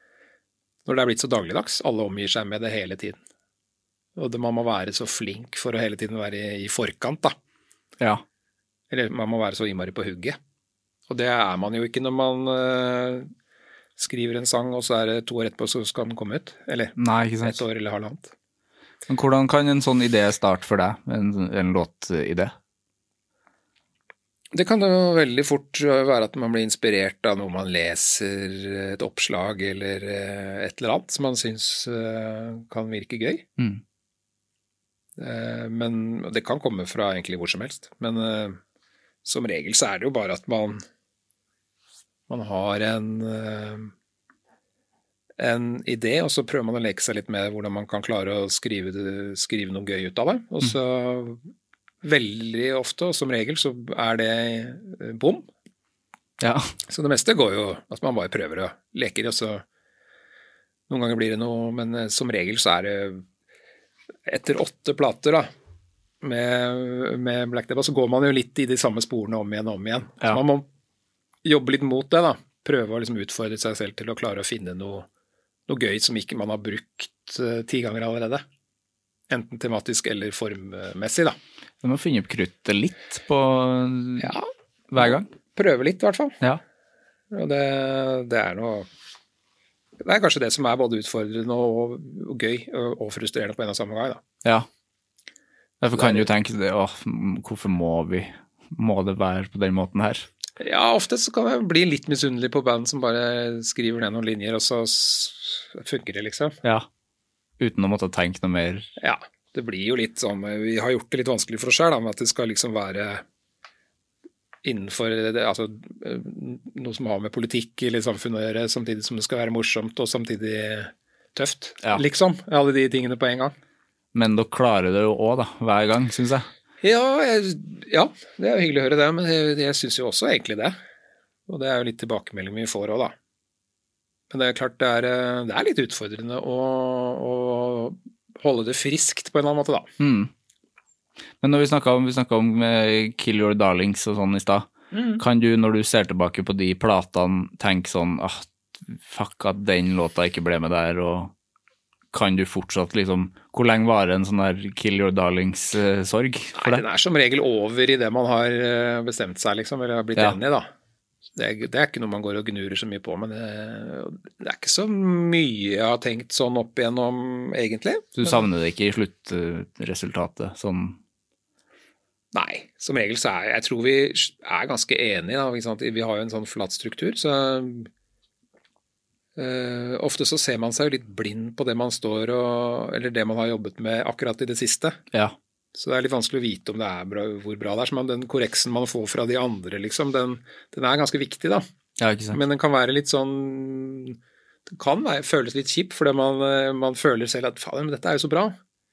Speaker 2: når det er blitt så dagligdags. Alle omgir seg med det hele tiden. Og det, man må være så flink for å hele tiden være i, i forkant, da.
Speaker 1: Ja.
Speaker 2: Eller man må være så innmari på hugget. Og det er man jo ikke når man eh, skriver en sang, og så er det to år etterpå så skal den komme ut. Eller
Speaker 1: Nei, ikke sant.
Speaker 2: et år eller halvannet.
Speaker 1: Men hvordan kan en sånn idé starte for deg, en, en låtidé?
Speaker 2: Det kan jo veldig fort være at man blir inspirert av noe man leser, et oppslag eller eh, et eller annet som man syns eh, kan virke gøy.
Speaker 1: Mm.
Speaker 2: Eh, Men og det kan komme fra egentlig hvor som helst. Men eh, som regel så er det jo bare at man man har en eh, en idé, og så prøver man å leke seg litt med hvordan man kan klare å skrive, det- skrive noe gøy ut av det. Og så veldig ofte, og som regel, så er det eh, bom.
Speaker 1: Ja.
Speaker 2: Så det meste går jo at man bare prøver og leker, og så Noen ganger blir det noe, men eh, som regel så er det Etter åtte plater, da, med, med Black Debba, så går man jo litt i de samme sporene om igjen og om igjen.
Speaker 1: Ja.
Speaker 2: Så man må jobbe litt mot det, da. Prøve å liksom utfordre seg selv til å klare å finne noe, noe gøy som ikke man har brukt eh, ti ganger allerede. Enten tematisk eller formmessig, da.
Speaker 1: Du må finne opp kruttet litt på
Speaker 2: Ja,
Speaker 1: hver gang.
Speaker 2: prøve litt, i hvert fall.
Speaker 1: Ja.
Speaker 2: Og det, det er noe Det er kanskje det som er både utfordrende og, og gøy og, og frustrerende på en og samme gang. Da.
Speaker 1: ja. Derfor kan du jo tenke det, åh, m- hvorfor må vi Må det være på den måten her?
Speaker 2: Ja, ofte så kan jeg bli litt misunnelig på band som bare skriver ned noen linjer, og så s- funker det, liksom.
Speaker 1: Ja. Uten å måtte tenke noe mer.
Speaker 2: Ja. Det blir jo litt sånn Vi har gjort det litt vanskelig for oss sjøl, med at det skal liksom være innenfor det, altså, eh, noe som har med politikk eller samfunnet å gjøre, samtidig som det skal være morsomt og samtidig tøft,
Speaker 1: Ja.
Speaker 2: liksom. Alle de tingene på en gang.
Speaker 1: Men dere klarer det jo òg, da. Hver gang, syns jeg.
Speaker 2: Ja, jeg, ja, det er jo hyggelig å høre det, men jeg, jeg syns jo også egentlig det. Og det er jo litt tilbakemelding vi får òg, da. Men det er klart det er, eh, det er litt utfordrende å, å holde det friskt på en eller annen måte, da.
Speaker 1: Mm. Men når vi snakka om, vi snakket om eh, Kill Your Darlings og sånn i stad, kan du når du ser tilbake på de platene, tenke sånn ah, Fuck at den låta ikke ble med der, og kan du fortsatt liksom Hvor lenge varer en sånn der Kill Your Darlings-sorg for
Speaker 2: Nei,
Speaker 1: deg?
Speaker 2: den er som regel over i det man har eh, bestemt seg, liksom, eller har blitt
Speaker 1: Ja.
Speaker 2: enig i, da. Det er, det er ikke noe man går og gnurer så mye på, men det, det er ikke så mye jeg har tenkt sånn opp igjennom, egentlig.
Speaker 1: Du savner det ikke i sluttresultatet, sånn
Speaker 2: Nei, som regel så er jeg tror vi er ganske enige. Da, ikke sant? Vi har jo en sånn flat struktur, så eh, ofte så ser man seg jo litt blind på det man står og Eller det man har jobbet med akkurat i det siste.
Speaker 1: Ja.
Speaker 2: Så det er litt vanskelig å vite om det er bra, hvor bra det er. Så man, den korreksen man får fra de andre, liksom, den, den er ganske viktig, da.
Speaker 1: Ja, ikke sant.
Speaker 2: Men den kan være litt sånn Den kan være, føles litt kjip, fordi man, eh, man føler selv at faen, men dette er jo så bra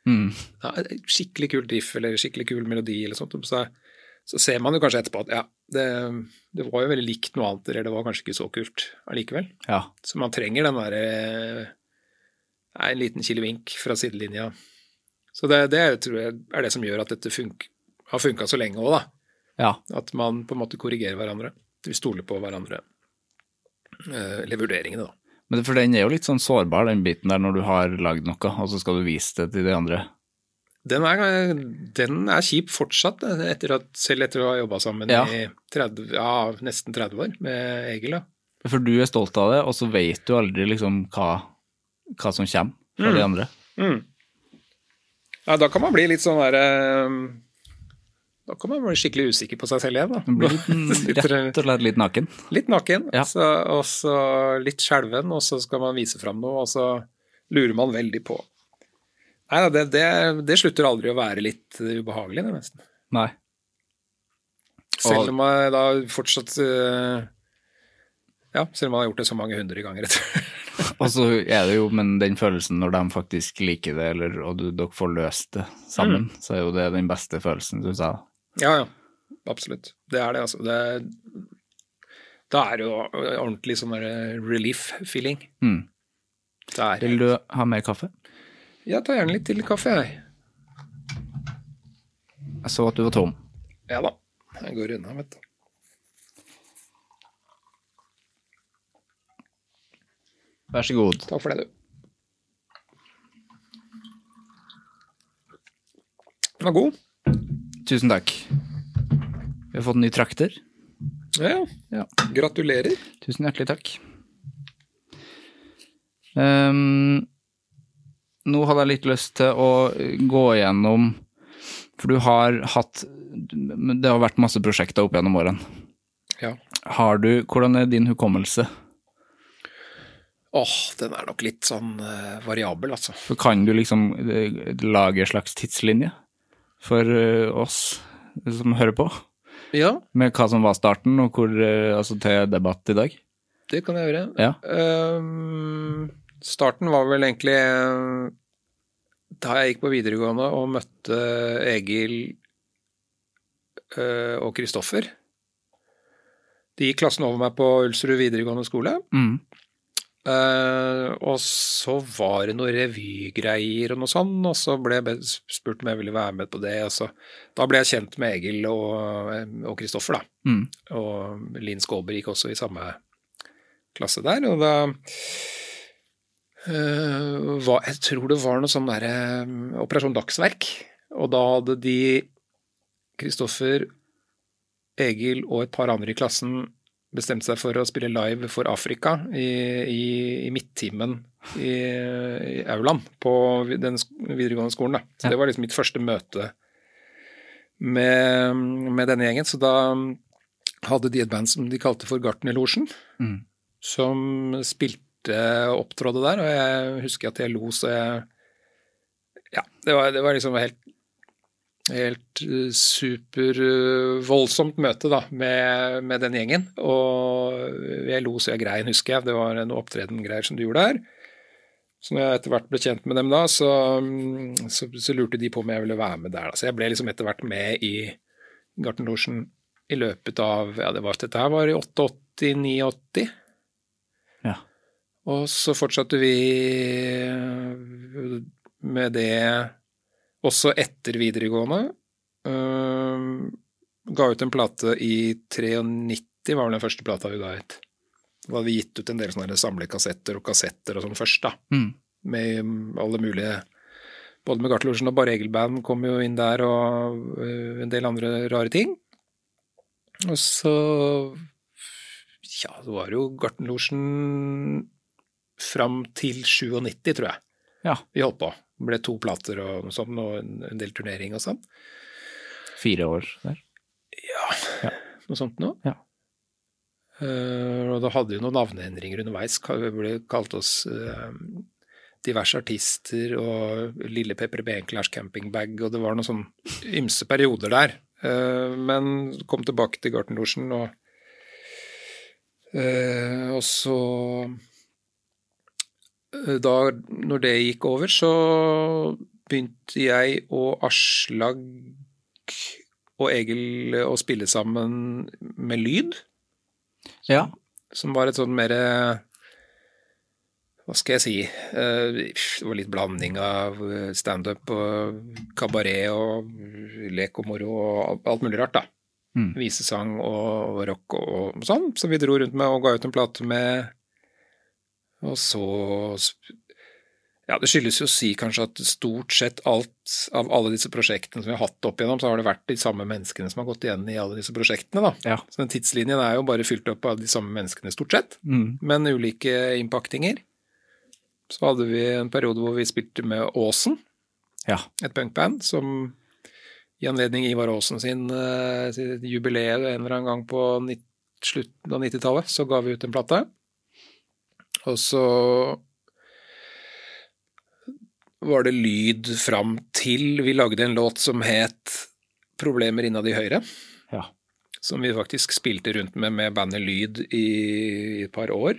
Speaker 1: Mm.
Speaker 2: ja, skikkelig kul riff eller skikkelig kul melodi eller sånt, så, så ser man jo kanskje etterpå at ja, det, det var jo veldig likt noe annet, eller det var kanskje ikke så kult allikevel.
Speaker 1: Ja.
Speaker 2: Så eh, man trenger den derre En liten kilevink fra sidelinja Så det, det tror jeg er det som gjør at dette funk har funka så lenge òg, da.
Speaker 1: Ja.
Speaker 2: At man på en måte korrigerer hverandre. Vi stoler på hverandre. Eh, Eller vurderingene, da.
Speaker 1: Men det- for den er jo litt sånn sårbar, den biten der, når du har lagd noe, og så skal du vise det til de andre.
Speaker 2: Den er, den er kjip fortsatt, eh, etter at, selv etter å ha jobba sammen
Speaker 1: Ja.
Speaker 2: i 30, ja, nesten 30 år med Egil. Da.
Speaker 1: For du er stolt av det, og så vet du aldri liksom hva, hva som kommer fra de andre.
Speaker 2: Mm. Ja, da kan man bli litt sånn derre Da kan man bli skikkelig usikker på seg selv igjen, da.
Speaker 1: Du blir litt, mm,
Speaker 2: Sitter-
Speaker 1: rett og slett litt naken.
Speaker 2: Litt naken,
Speaker 1: Ja.
Speaker 2: så, og så litt skjelven, og så skal man vise fram noe, og så lurer man veldig på. Nei da, det, det, det slutter aldri å være litt eh, ubehagelig, det nesten.
Speaker 1: Nei.
Speaker 2: Selv om jeg da fortsatt eh, Ja, selv om man har gjort det så mange hundre ganger etter.
Speaker 1: Og så er det jo, men den følelsen når de faktisk liker det, eller, og du, dere får løst det sammen, så er jo det den beste følelsen, syns jeg.
Speaker 2: Ja, ja. Absolutt. Det er det, altså. Det, da er det jo ordentlig sånn der relief-feeling.
Speaker 1: Mm.
Speaker 2: Det er
Speaker 1: Vil du ha mer kaffe?
Speaker 2: Jeg tar gjerne litt til kaffe, jeg.
Speaker 1: Jeg så at du var tom.
Speaker 2: Ja da. Jeg går unna, vet du.
Speaker 1: Vær så god.
Speaker 2: Takk for det, du. Den var god.
Speaker 1: Tusen takk. Vi har fått en ny trakter.
Speaker 2: Ja, ja. Gratulerer.
Speaker 1: Tusen hjertelig takk. Ehm, nå hadde jeg litt lyst til å gå gjennom For du har hatt Det har vært masse prosjekter opp gjennom årene.
Speaker 2: Ja.
Speaker 1: Har du, hvordan er din hukommelse?
Speaker 2: Åh, den er nok litt sånn eh, variabel, altså.
Speaker 1: For kan du liksom eh, lage en slags tidslinje for eh, oss som hører på?
Speaker 2: Ja,
Speaker 1: Med hva som var starten, og hvor eh, Altså til debatt i dag?
Speaker 2: det kan jeg gjøre.
Speaker 1: Ja.
Speaker 2: Ehm, starten var vel egentlig eh, da jeg gikk på videregående og møtte Egil eh, og Kristoffer. De gikk klassen over meg på Ulsrud videregående skole.
Speaker 1: Mm.
Speaker 2: Eh, og så var det noen revygreier og noe sånn, og så ble jeg be- spurt om jeg ville være med på det. Og så, da ble jeg kjent med Egil og eh, og Kristoffer, da.
Speaker 1: Mm.
Speaker 2: Og Linn Skåber gikk også i samme klasse der. Og da eh, var, Jeg tror det var noe sånn derre Operasjon Dagsverk. Og da hadde de Kristoffer, Egil og et par andre i klassen bestemte seg for å spille live for Afrika i, i, i midttimen i, i aulaen på vi- den sk- videregående skolen. Da. Så
Speaker 1: Ja.
Speaker 2: Det var liksom mitt første møte med, med denne gjengen. Så da hadde de et band som de kalte for Gartnerlosjen,
Speaker 1: Mm.
Speaker 2: som spilte og opptrådde der, og jeg husker at jeg lo så jeg Ja, det var, det var liksom helt Helt eh, super eh, voldsomt møte da, med, med den gjengen. Og eh, jeg lo så jeg grein, husker jeg. Det var en opptreden-greier som du gjorde der. Så når jeg etter hvert ble kjent med dem da, så, mm, så, så lurte de på om jeg ville være med der. Da. Så jeg ble liksom etter hvert med i Gartnerlosjen i løpet av ja, det var, Dette her var i 88-89.
Speaker 1: Ja.
Speaker 2: Og så fortsatte vi eh, med det også etter videregående. Ehm, ga ut en plate i 93, var vel den første plata vi ga ut. Da hadde vi gitt ut en del sånne samlekassetter og kassetter og sånn først, da.
Speaker 1: Mm.
Speaker 2: Med mm, alle mulige Både med Gartlorsen og Bare Egil-band kom jo inn der, og eh, en del andre rare ting. Og så Ja, det var jo Gartenlosjen fram til 97, tror jeg
Speaker 1: Ja.
Speaker 2: vi holdt på. Det ble to plater og noe sånt, og en- en del turnering og sånn.
Speaker 1: Fire år der.
Speaker 2: Noe sånt nå.
Speaker 1: Ja.
Speaker 2: Eh, og da hadde vi noen navneendringer underveis. Ka- Vi ble kalt oss eh, diverse artister og Lille Pepper Benklers campingbag, og det var noen sånn ymse perioder der. Eh, men kom tilbake til Gartenlosjen, og, eh, og så eh, da, når det gikk over, så begynte jeg og Aslag og Egil eh, å spille sammen med lyd,
Speaker 1: Ja.
Speaker 2: som var et sånn mer eh, hva skal jeg si Eh, Det var litt blanding av eh, standup og kabaret og lek og moro og alt- alt mulig rart, da. Visesang og og rock og og sånn, som vi dro rundt med og ga ut en plate med. Og så Ja, det skyldes jo å si kanskje at stort sett alt av alle disse prosjektene som vi har hatt opp igjennom, så har det vært de samme menneskene som har gått igjen i alle disse prosjektene, da.
Speaker 1: Ja.
Speaker 2: Så den tidslinjen er jo bare fylt opp av de samme menneskene stort sett,
Speaker 1: Mm.
Speaker 2: men ulike innpakninger. Så hadde vi en periode hvor vi spilte med Åsen,
Speaker 1: Ja.
Speaker 2: et punkband, som i anledning Ivar Aasen sin eh, sitt jubileet en eller annen gang på nitt- slutten av 90-tallet, så ga vi ut en plate. Og så var det lyd fram til vi lagde en låt som het 'Problemer innad i Høyre'
Speaker 1: ja.
Speaker 2: som vi faktisk spilte rundt med med bandet Lyd i et par år.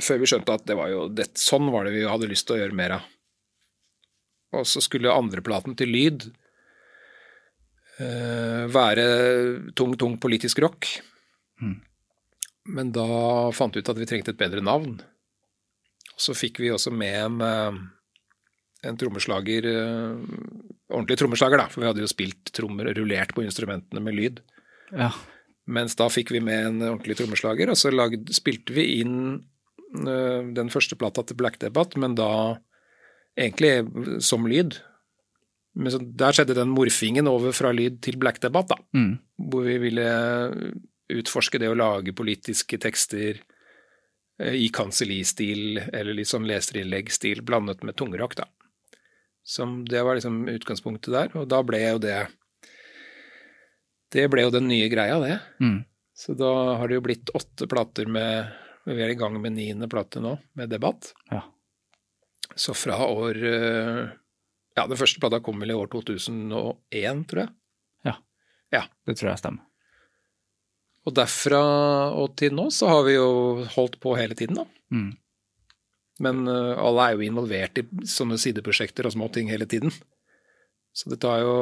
Speaker 2: Før vi skjønte at det var jo det, sånn var det vi hadde lyst til å gjøre mer av. Og så skulle andreplaten til Lyd eh, være tung, tung politisk rock. Men da fant vi ut at vi trengte et bedre navn. Og så fikk vi også med en, eh, en trommeslager, eh, ordentlig trommeslager da, for vi hadde jo spilt trommer rullert på instrumentene med lyd.
Speaker 1: ja.
Speaker 2: Mens da fikk vi med en ordentlig trommeslager, og så lagd, spilte vi inn øh, den første plata til Black Debate, men da egentlig som lyd. Men så der skjedde den morfingen over fra lyd til Black Debate, da.
Speaker 1: Mm.
Speaker 2: Hvor vi ville utforske det å lage politiske tekster eh, i kansellistil, eller litt sånn leserinnleggstil, blandet med tungrock, da. Som det var liksom utgangspunktet der, og da ble jo det Det ble jo den nye greia, det.
Speaker 1: Mm.
Speaker 2: Så da har det jo blitt åtte plater med Vi er i gang med niende plate nå, med debatt.
Speaker 1: ja.
Speaker 2: Så fra år eh, Ja, den første plata kom vel i år 2001, tror jeg.
Speaker 1: Ja.
Speaker 2: Ja.
Speaker 1: Det tror jeg stemmer.
Speaker 2: Og derfra og til nå så har vi jo holdt på hele tiden, da.
Speaker 1: Mm.
Speaker 2: Men eh, alle er jo involvert i sånne sideprosjekter og små ting hele tiden. Så det tar jo,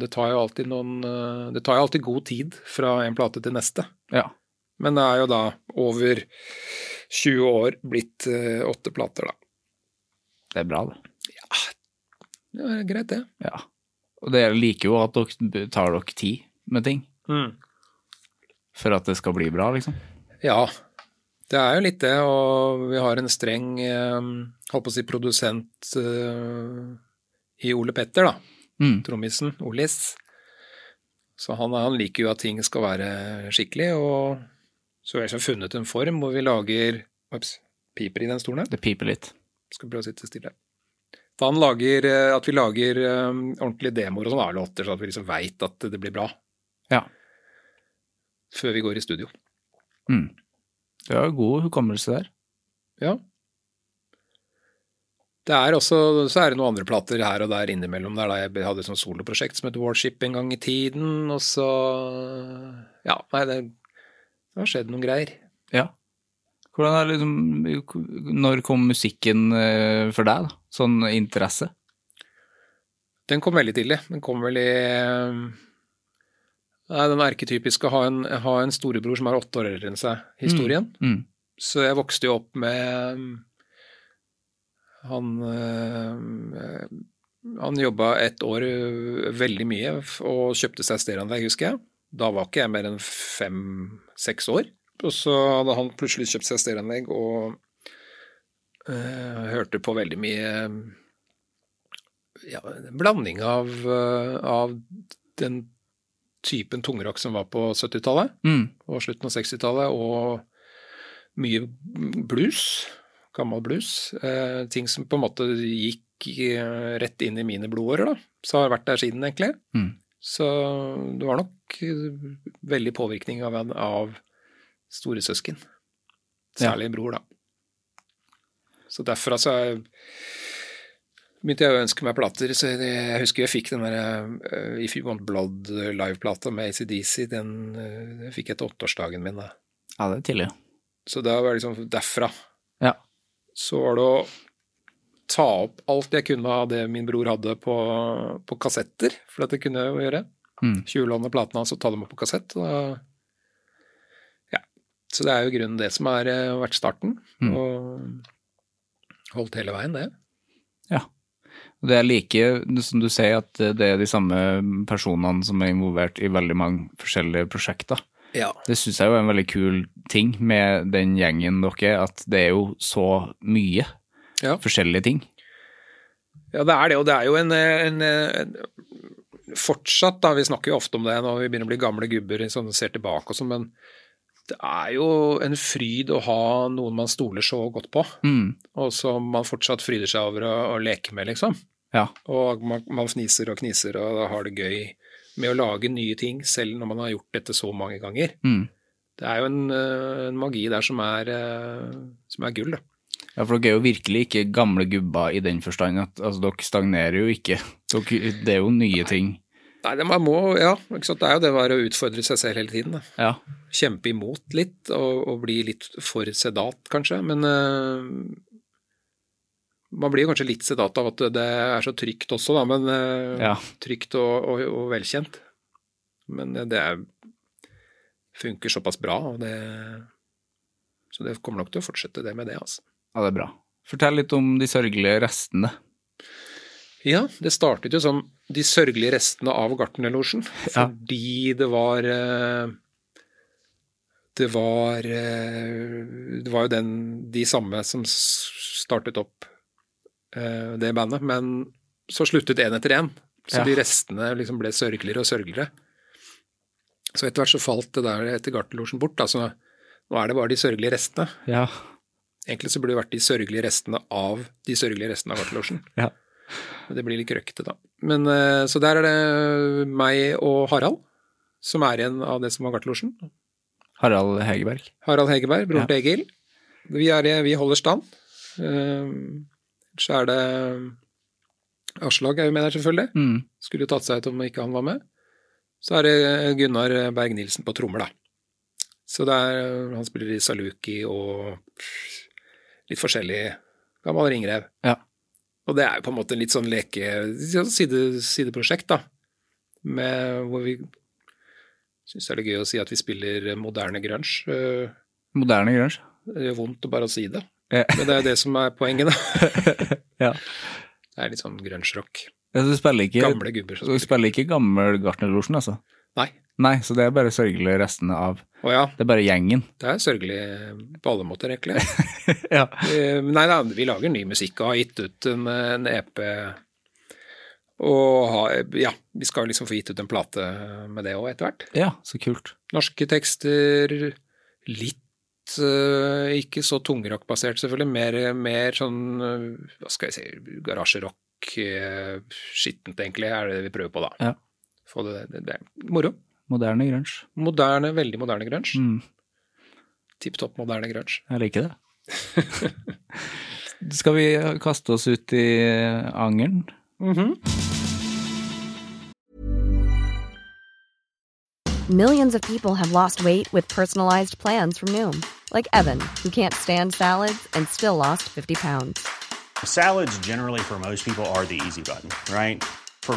Speaker 2: det tar jo alltid noen eh, Det tar jo alltid god tid fra en plate til neste.
Speaker 1: Ja.
Speaker 2: Men det er jo da over 20 år blitt eh, åtte plater, da.
Speaker 1: Det er bra, det.
Speaker 2: Det er greit, det.
Speaker 1: Ja. Og dere liker jo at dere tar dere tid med ting, for at det skal bli bra, liksom.
Speaker 2: Ja, det er jo litt det, og vi har en streng eh, holdt på å si produsent eh, i Ole Petter, da.
Speaker 1: Mm.
Speaker 2: Trommisen, Olis. Så han, han liker jo at ting skal være skikkelig, og så har vi liksom funnet en form hvor vi lager Ops, piper i den stolen her.
Speaker 1: Det piper litt.
Speaker 2: Skal prøve å sitte stille. Da han lager, eh, at vi lager eh, ordentlige demoer og sånne av låter, så at vi liksom veit at det blir bra
Speaker 1: Ja.
Speaker 2: før vi går i studio.
Speaker 1: Mm. Du har jo god hukommelse der.
Speaker 2: Ja. Det er også, så er det noen andre plater her og der innimellom der da jeg hadde et sånt soloprosjekt som het Warship en gang i tiden, og så Ja, nei, det, det har skjedd noen greier.
Speaker 1: Ja. Hvordan er liksom Når kom musikken eh, for deg, da? Sånn interesse?
Speaker 2: Den kom veldig tidlig. Den kom vel i eh, Nei, den erketypiske ha en, ha en storebror som er åtte år eldre enn seg-historien.
Speaker 1: Mm.
Speaker 2: Så jeg vokste jo opp med um, Han eh, Han jobba et år eh, veldig mye f- og kjøpte seg stereoanlegg, husker jeg. Da var ikke jeg mer enn fem-seks år. Og så hadde han plutselig kjøpt seg stereoanlegg og eh, hørte på veldig mye eh, ja, en blanding av, eh, av den typen tungrock som var på 70-tallet
Speaker 1: Mm.
Speaker 2: og slutten av 60-tallet, og mye blues, gammel blues. Eh, ting som på en måte gikk eh, rett inn i mine blodårer, da. Så har jeg vært der siden, egentlig.
Speaker 1: Mm.
Speaker 2: Så det var nok eh, veldig påvirkning av, av storesøsken.
Speaker 1: Ja.
Speaker 2: Særlig bror, da. Så derfra så er begynte jeg å ønske meg plater. så Jeg husker jeg fikk den der eh, If You Want Blood live-plata med ACDC. Den eh, den fikk jeg til åtteårsdagen min. da.
Speaker 1: Ja, det er tidlig.
Speaker 2: Så det var liksom derfra.
Speaker 1: Ja.
Speaker 2: Så var det å ta opp alt jeg kunne av det min bror hadde på, på kassetter, for at det kunne jeg jo gjøre.
Speaker 1: Mm.
Speaker 2: Tjuvlåne platene hans og ta dem opp på kassett. Og da, ja. Så det er jo i grunnen det som har eh, vært starten. Og Holdt hele veien, det.
Speaker 1: Ja. Og Det er like, som du sier, at det er de samme personene som er involvert i veldig mange forskjellige prosjekter.
Speaker 2: Ja.
Speaker 1: Det syns jeg jo er en veldig kul ting med den gjengen dere, at det er jo så mye
Speaker 2: Ja.
Speaker 1: forskjellige ting.
Speaker 2: Ja, det er det, og det er jo en, eh, en, en Fortsatt, da, vi snakker jo ofte om det når vi begynner å bli gamle gubber som ser tilbake og sånn, men det er jo en fryd å ha noen man stoler så godt på,
Speaker 1: Mm.
Speaker 2: og som man fortsatt fryder seg over å, å leke med, liksom.
Speaker 1: Ja.
Speaker 2: Og man, man fniser og kniser og har det gøy med å lage nye ting, selv når man har gjort dette så mange ganger.
Speaker 1: Mm.
Speaker 2: Det er jo en, eh, en magi der som er, eh, som er gull, da.
Speaker 1: Ja, for dere er jo virkelig ikke gamle gubber i den forstand at altså, dere stagnerer jo ikke. Dere, det er jo nye ting.
Speaker 2: Nei, det, man må, ja, ikke sant? det er jo det å være å utfordre seg selv hele tiden. Da.
Speaker 1: Ja.
Speaker 2: kjempe imot litt og, og bli litt for sedat, kanskje. Men eh, man blir jo kanskje litt sedat av at det er så trygt også, da. Men eh,
Speaker 1: Ja.
Speaker 2: trygt og, og, og velkjent. Men eh, det er, funker såpass bra, og det Så det kommer nok til å fortsette det med det, altså.
Speaker 1: ja, det er bra. Fortell litt om de sørgelige restene.
Speaker 2: Ja, det startet jo som de sørgelige restene av Gartnerlosjen.
Speaker 1: Ja.
Speaker 2: Fordi det var eh, Det var eh, Det var jo den, de samme som s- startet opp eh, det bandet. Men så sluttet én etter én. Så
Speaker 1: Ja.
Speaker 2: de restene liksom ble sørgeligere og sørgeligere. Så etter hvert så falt det der etter Gartnerlosjen bort. Da. Så nå er det bare de sørgelige restene.
Speaker 1: Ja.
Speaker 2: Egentlig så burde det vært de sørgelige restene av de sørgelige restene av Gartnerlosjen.
Speaker 1: Ja.
Speaker 2: Men Det blir litt krøkkete, da. Men, eh, så der er det meg og Harald som er igjen av det som var Gartlosjen.
Speaker 1: Harald Hegerberg.
Speaker 2: Harald Hegerberg, broren
Speaker 1: Ja.
Speaker 2: til Egil. Vi, er, vi holder stand. Eh, Så er det Aslag er jo med der, selvfølgelig.
Speaker 1: Mm.
Speaker 2: Skulle jo tatt seg ut om ikke han var med. Så er det Gunnar Berg-Nilsen på trommer, da. Så det er, han spiller i Saluki og litt forskjellig gammel ringrev.
Speaker 1: Ja.
Speaker 2: Og det er jo på en måte litt sånn leke side, sideprosjekt, da. Med, hvor vi syns det er litt gøy å si at vi spiller moderne grunge. Øh,
Speaker 1: Moderne grunge.
Speaker 2: Det gjør vondt å bare si det,
Speaker 1: Ja.
Speaker 2: men det er jo det som er poenget, da.
Speaker 1: Ja.
Speaker 2: Det er litt sånn grunge-rock.
Speaker 1: Ja, Du spiller ikke,
Speaker 2: Gamle gubber som
Speaker 1: du spiller ikke gammel Gartnerlosjen, altså?
Speaker 2: Nei.
Speaker 1: Nei, så det er bare sørgelige restene av
Speaker 2: Å ja,
Speaker 1: Det er bare gjengen.
Speaker 2: det er sørgelig eh, på alle måter, egentlig.
Speaker 1: Ja.
Speaker 2: Eh, men Nei da, vi lager ny musikk og har gitt ut en, en EP. Og har, ja, vi skal liksom få gitt ut en plate med det òg, etter hvert.
Speaker 1: ja, så kult.
Speaker 2: Norske tekster, litt eh, ikke så tungrockbasert, selvfølgelig. Mer, mer sånn eh, hva skal jeg si, garasjerock. eh, Skittent, egentlig, er det vi prøver på, da.
Speaker 1: Ja.
Speaker 2: Få det, det, det. er Moro.
Speaker 1: Moderne grunge.
Speaker 2: Moderne, veldig moderne grunge.
Speaker 1: Mm.
Speaker 2: Tipp topp moderne grunge.
Speaker 1: Jeg liker det. Skal vi kaste oss ut i angeren?
Speaker 3: Millions of people have lost weight with personalized plans from Noom, like Evan, who can't stand salads and still lost 50 pounds.
Speaker 4: Salads, generally, for most people, are the easy button, right? For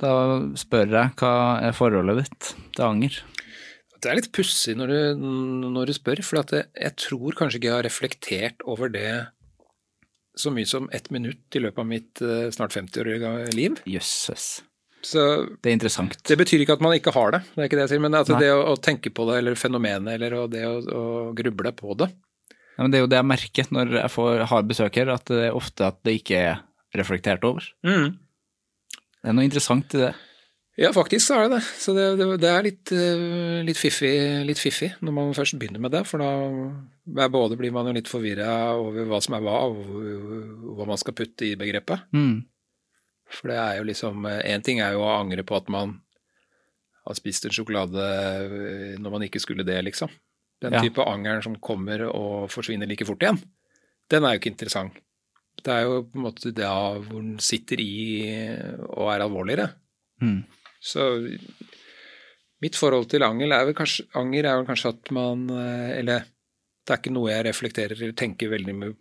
Speaker 1: Da spør jeg hva er forholdet ditt til anger?
Speaker 2: Det er litt pussig når du, når du spør, for at jeg, jeg tror kanskje ikke jeg har reflektert over det så mye som ett minutt i løpet av mitt eh, snart 50-årige liv.
Speaker 1: Jøsses.
Speaker 2: Så
Speaker 1: Det er interessant.
Speaker 2: det betyr ikke at man ikke har det, det er ikke det jeg sier, men at
Speaker 1: Nei.
Speaker 2: det å, å tenke på det, eller fenomenet, eller å- det å, å gruble på det
Speaker 1: Ja, men det er jo det jeg merker når jeg får, har besøk her, at det er ofte at det ikke er reflektert over. Det er noe interessant i det.
Speaker 2: Ja, faktisk så er det det. Så det, det, det er litt, eh, litt, fiffig, litt fiffig når man først begynner med det, for da er både blir man jo litt forvirra over hva som er hva, og hva man skal putte i begrepet.
Speaker 1: Mm.
Speaker 2: For det er jo liksom Én ting er jo å angre på at man har spist en sjokolade eh, når man ikke skulle det, liksom. Den
Speaker 1: Ja.
Speaker 2: type angeren som kommer og forsvinner like fort igjen, den er jo ikke interessant. Det er jo på en måte da hvor den sitter i eh, og er alvorligere.
Speaker 1: Mm.
Speaker 2: Så mitt forhold til angel er vel kanskje, anger er vel kanskje at man eh, Eller det er ikke noe jeg reflekterer eller tenker veldig mye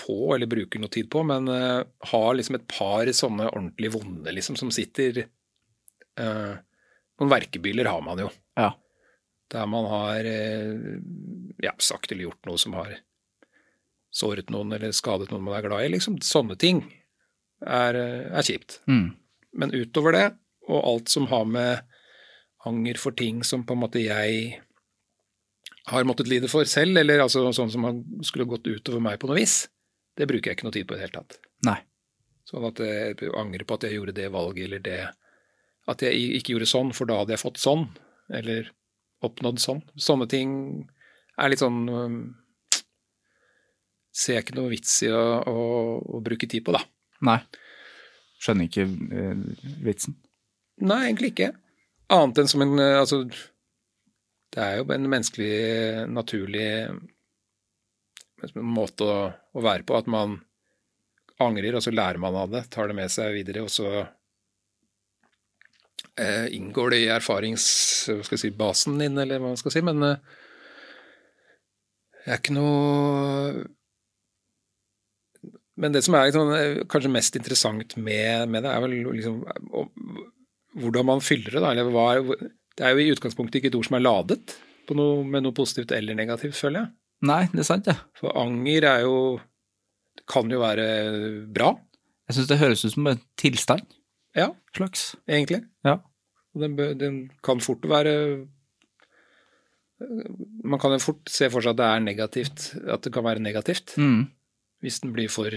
Speaker 2: på eller bruker noe tid på, men eh, har liksom et par sånne ordentlig vonde liksom, som sitter eh, Noen verkebyller har man jo.
Speaker 1: Ja.
Speaker 2: Der man har eh, ja, sagt eller gjort noe som har såret noen eller skadet noen man er glad i. liksom Sånne ting er, eh, er kjipt.
Speaker 1: Mm.
Speaker 2: Men utover det, og alt som har med anger for ting som på en måte jeg har måttet lide for selv, eller altså sånn som har- skulle gått utover meg på noe vis, det bruker jeg ikke noe tid på i det hele tatt.
Speaker 1: Nei.
Speaker 2: Sånn at jeg angrer på at jeg gjorde det valget, eller det At jeg ikke gjorde sånn, for da hadde jeg fått sånn, eller oppnådd sånn. Sånne ting er litt sånn øhm, Ser jeg ikke noe vits i å, å, å bruke tid på, da.
Speaker 1: Nei. Skjønner ikke eh, vitsen.
Speaker 2: Nei, egentlig ikke. Annet enn som en eh, Altså, det er jo en menneskelig, naturlig eh, måte å, å være på. At man angrer, og så lærer man av det. Tar det med seg videre, og så eh, inngår det i erfaringsbasen si, basen din, eller hva man skal si. Men eh, det er ikke noe men det som er liksom, eh, kanskje mest interessant med, med det, er vel liksom, eh, om- hvordan man fyller det, da. Eller hva er, det er jo i utgangspunktet ikke et ord som er ladet på noe, med noe positivt eller negativt, føler jeg.
Speaker 1: Nei, det er sant, det.
Speaker 2: For anger er jo det kan jo være bra,
Speaker 1: Jeg syns det høres ut som en tilstand.
Speaker 2: ja,
Speaker 1: Slags.
Speaker 2: egentlig.
Speaker 1: Ja.
Speaker 2: Og den, bø- den kan fort være Man kan jo fort se for seg at det er negativt, at det kan være negativt.
Speaker 1: Mm.
Speaker 2: Hvis den blir for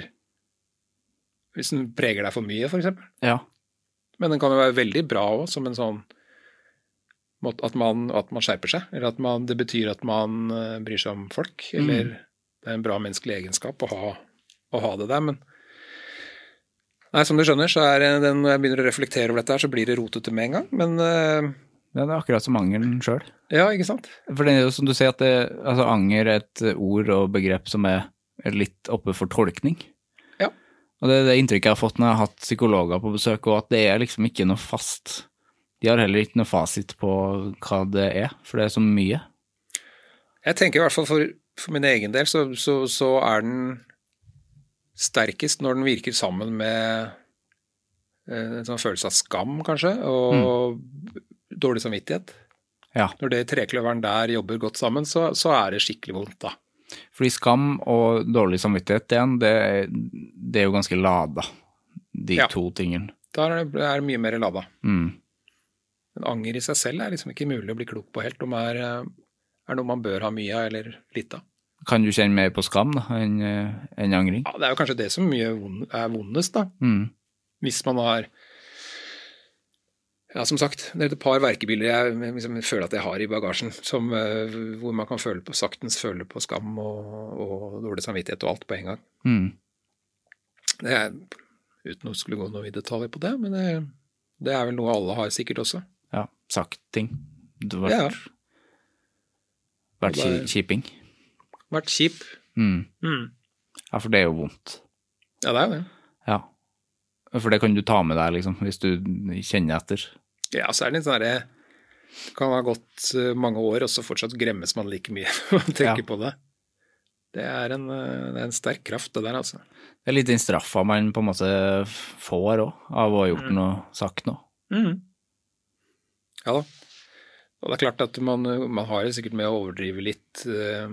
Speaker 2: Hvis den preger deg for mye, f.eks.
Speaker 1: Ja.
Speaker 2: Men den kan jo være veldig bra òg, som en sånn måte at man, at man skjerper seg. Eller at man, det betyr at man eh, bryr seg om folk. Eller det er en bra menneskelig egenskap å ha, å ha det der, men Nei, som du skjønner, så er det den, når jeg begynner å reflektere over dette, her, så blir det rotete med en gang. Men eh,
Speaker 1: Det er akkurat som angeren sjøl.
Speaker 2: ja, ikke sant?
Speaker 1: For det er jo som du sier, at det, altså, anger er et ord og begrep som er er litt oppe for tolkning.
Speaker 2: Ja.
Speaker 1: Og det er det inntrykket jeg har fått når jeg har hatt psykologer på besøk, og at det er liksom ikke noe fast. De har heller ikke noe fasit på hva det er, for det er så mye.
Speaker 2: Jeg tenker i hvert fall for, for min egen del, så, så, så er den sterkest når den virker sammen med eh, en sånn følelse av skam, kanskje, og dårlig samvittighet.
Speaker 1: Ja.
Speaker 2: Når det trekløveren der jobber godt sammen, så, så er det skikkelig vondt, da.
Speaker 1: Fordi skam og dårlig samvittighet igjen, det er, det er jo ganske lada, de
Speaker 2: Ja.
Speaker 1: to tingene.
Speaker 2: Da er det er det mye mer lada.
Speaker 1: Mm.
Speaker 2: Men anger i seg selv er liksom ikke mulig å bli klok på helt om er, eh, er noe man bør ha mye av eller litt av.
Speaker 1: Kan du kjenne mer på skam da, enn eh, enn angring?
Speaker 2: Ja, det er jo kanskje det som mye vond- er vondest, da.
Speaker 1: Mm.
Speaker 2: Hvis man har Ja, som sagt, det er et par verkebilder jeg liksom føler at jeg har i bagasjen, som, eh, hvor man kan føle på, saktens føle på skam og, og dårlig samvittighet og alt på en gang.
Speaker 1: Mm.
Speaker 2: Det er, uten å skulle gå noe i detaljer på det, men det, det er vel noe alle har sikkert også.
Speaker 1: Ja, sagt ting. Du har
Speaker 2: Ja.
Speaker 1: vært, vært
Speaker 2: Og det-
Speaker 1: ki- kjiping.
Speaker 2: Vært kjip.
Speaker 1: Mm. Ja, for det er jo vondt.
Speaker 2: Ja, det er jo det.
Speaker 1: Ja. For det kan du ta med deg, liksom, hvis du kjenner etter.
Speaker 2: Ja, så er det litt sånn derre Det kan ha gått eh, mange år, og så fortsatt gremmes man like mye når man tenker
Speaker 1: Ja.
Speaker 2: på det. Det er, en, eh, det er en sterk kraft, det der, altså.
Speaker 1: Det er litt den straffa man på en måte får òg, av å ha gjort noe, sagt noe.
Speaker 2: Ja da. Og det er klart at man, eh, man har jo sikkert med å overdrive litt eh,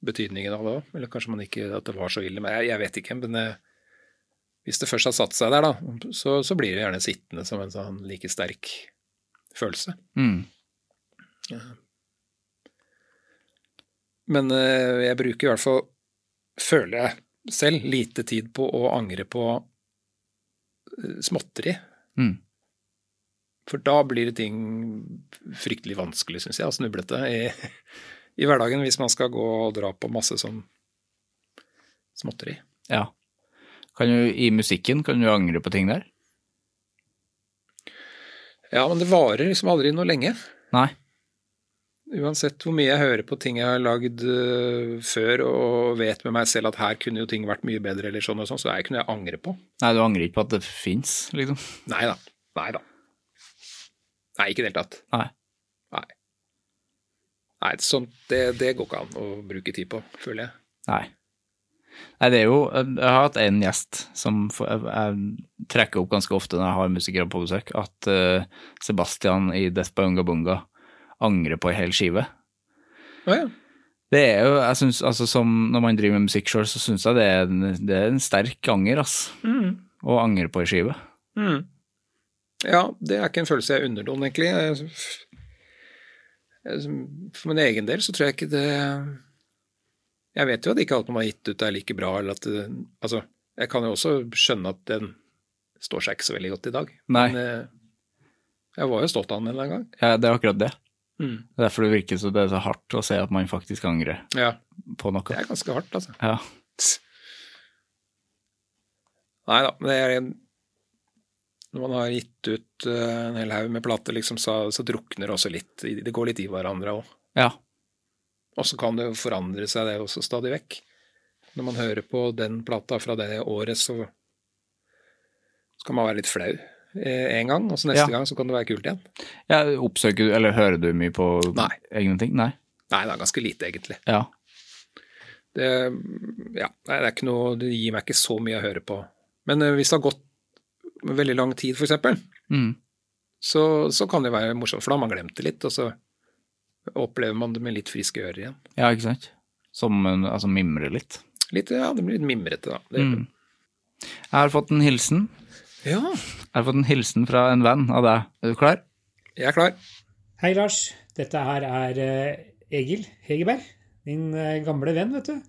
Speaker 2: betydningen av det òg. Eller kanskje man ikke at det var så ille, men jeg, jeg vet ikke. Men eh, hvis det først har satt seg der, da, så, så blir det gjerne sittende som en sånn like sterk følelse.
Speaker 1: Mm.
Speaker 2: Men eh, jeg bruker i hvert fall, føler jeg selv, lite tid på å angre på eh, småtteri.
Speaker 1: Mm.
Speaker 2: For da blir det ting fryktelig vanskelig, syns jeg, og snublete i, i hverdagen hvis man skal gå og dra på masse sånn småtteri.
Speaker 1: Ja. Kan du, I musikken, kan du angre på ting der?
Speaker 2: Ja, men det varer liksom aldri noe lenge.
Speaker 1: Nei.
Speaker 2: Uansett hvor mye jeg hører på ting jeg har lagd øh, før og vet med meg selv at her kunne jo ting vært mye bedre eller sånn og sånn, så det er ikke noe jeg angrer på.
Speaker 1: Nei, du angrer ikke på at det fins, liksom?
Speaker 2: Nei da. Nei da. Nei, ikke i det hele tatt.
Speaker 1: Nei.
Speaker 2: Nei. Nei, sånt, det, det går ikke an å bruke tid på, føler jeg.
Speaker 1: Nei. Nei, det er jo eh, Jeg har hatt en gjest som f- jeg, jeg trekker opp ganske ofte når jeg har musikere på besøk, at eh, Sebastian i Death by Unga Bunga angrer på ei hel skive.
Speaker 2: Å ja.
Speaker 1: Det er jo, jeg synes, altså som Når man driver med musikk sjøl, så syns jeg det er, en, det er en sterk anger, ass.
Speaker 2: Mm.
Speaker 1: Å angre på ei skive.
Speaker 2: Ja, det er ikke en følelse jeg unner noen, egentlig. Jeg- jeg- For min egen del så tror jeg ikke det Jeg vet jo at ikke alt man har gitt ut er like bra, eller at det, Altså, jeg kan jo også skjønne at den står seg ikke så veldig godt i dag.
Speaker 1: Nei.
Speaker 2: Men eh, jeg var jo stolt av den en eller annen gang.
Speaker 1: Ja, det er akkurat det.
Speaker 2: Mm.
Speaker 1: Det er derfor det virker så, det er så hardt å se at man faktisk angrer
Speaker 2: Ja,
Speaker 1: på
Speaker 2: det
Speaker 1: noe.
Speaker 2: er ganske hardt, altså.
Speaker 1: Ja.
Speaker 2: Nei da, men det er Når man har gitt ut eh, en hel haug med plater, liksom, så, så drukner det også litt. i- Det går litt i hverandre òg.
Speaker 1: ja.
Speaker 2: Og så kan det jo forandre seg, det også, stadig vekk. Når man hører på den plata fra det året, så skal man være litt flau eh, en gang, og så neste
Speaker 1: Ja.
Speaker 2: gang så kan det være kult igjen.
Speaker 1: ja oppsøker du, eller hører du mye på
Speaker 2: Nei.
Speaker 1: egne ting? Nei.
Speaker 2: Nei, det er ganske lite, egentlig.
Speaker 1: Ja.
Speaker 2: Det, ja, nei, det, er ikke noe, det gir meg ikke så mye å høre på. Men eh, hvis det har gått veldig lang tid, f.eks.,
Speaker 1: Mm.
Speaker 2: så, så kan det være morsomt, for da har man glemt det litt, og så opplever man det med litt friske ører igjen.
Speaker 1: Ja, ikke sant? Som en- altså, mimrer litt.
Speaker 2: Litt, ja, det blir litt mimrete, da. Det,
Speaker 1: Mm. Jeg har fått en hilsen.
Speaker 2: Ja,
Speaker 1: Jeg har fått en hilsen fra en venn av deg. Er du klar?
Speaker 2: jeg er klar.
Speaker 5: Hei, Lars. Dette her er eh, Egil Hegerberg, din eh, gamle venn, vet du.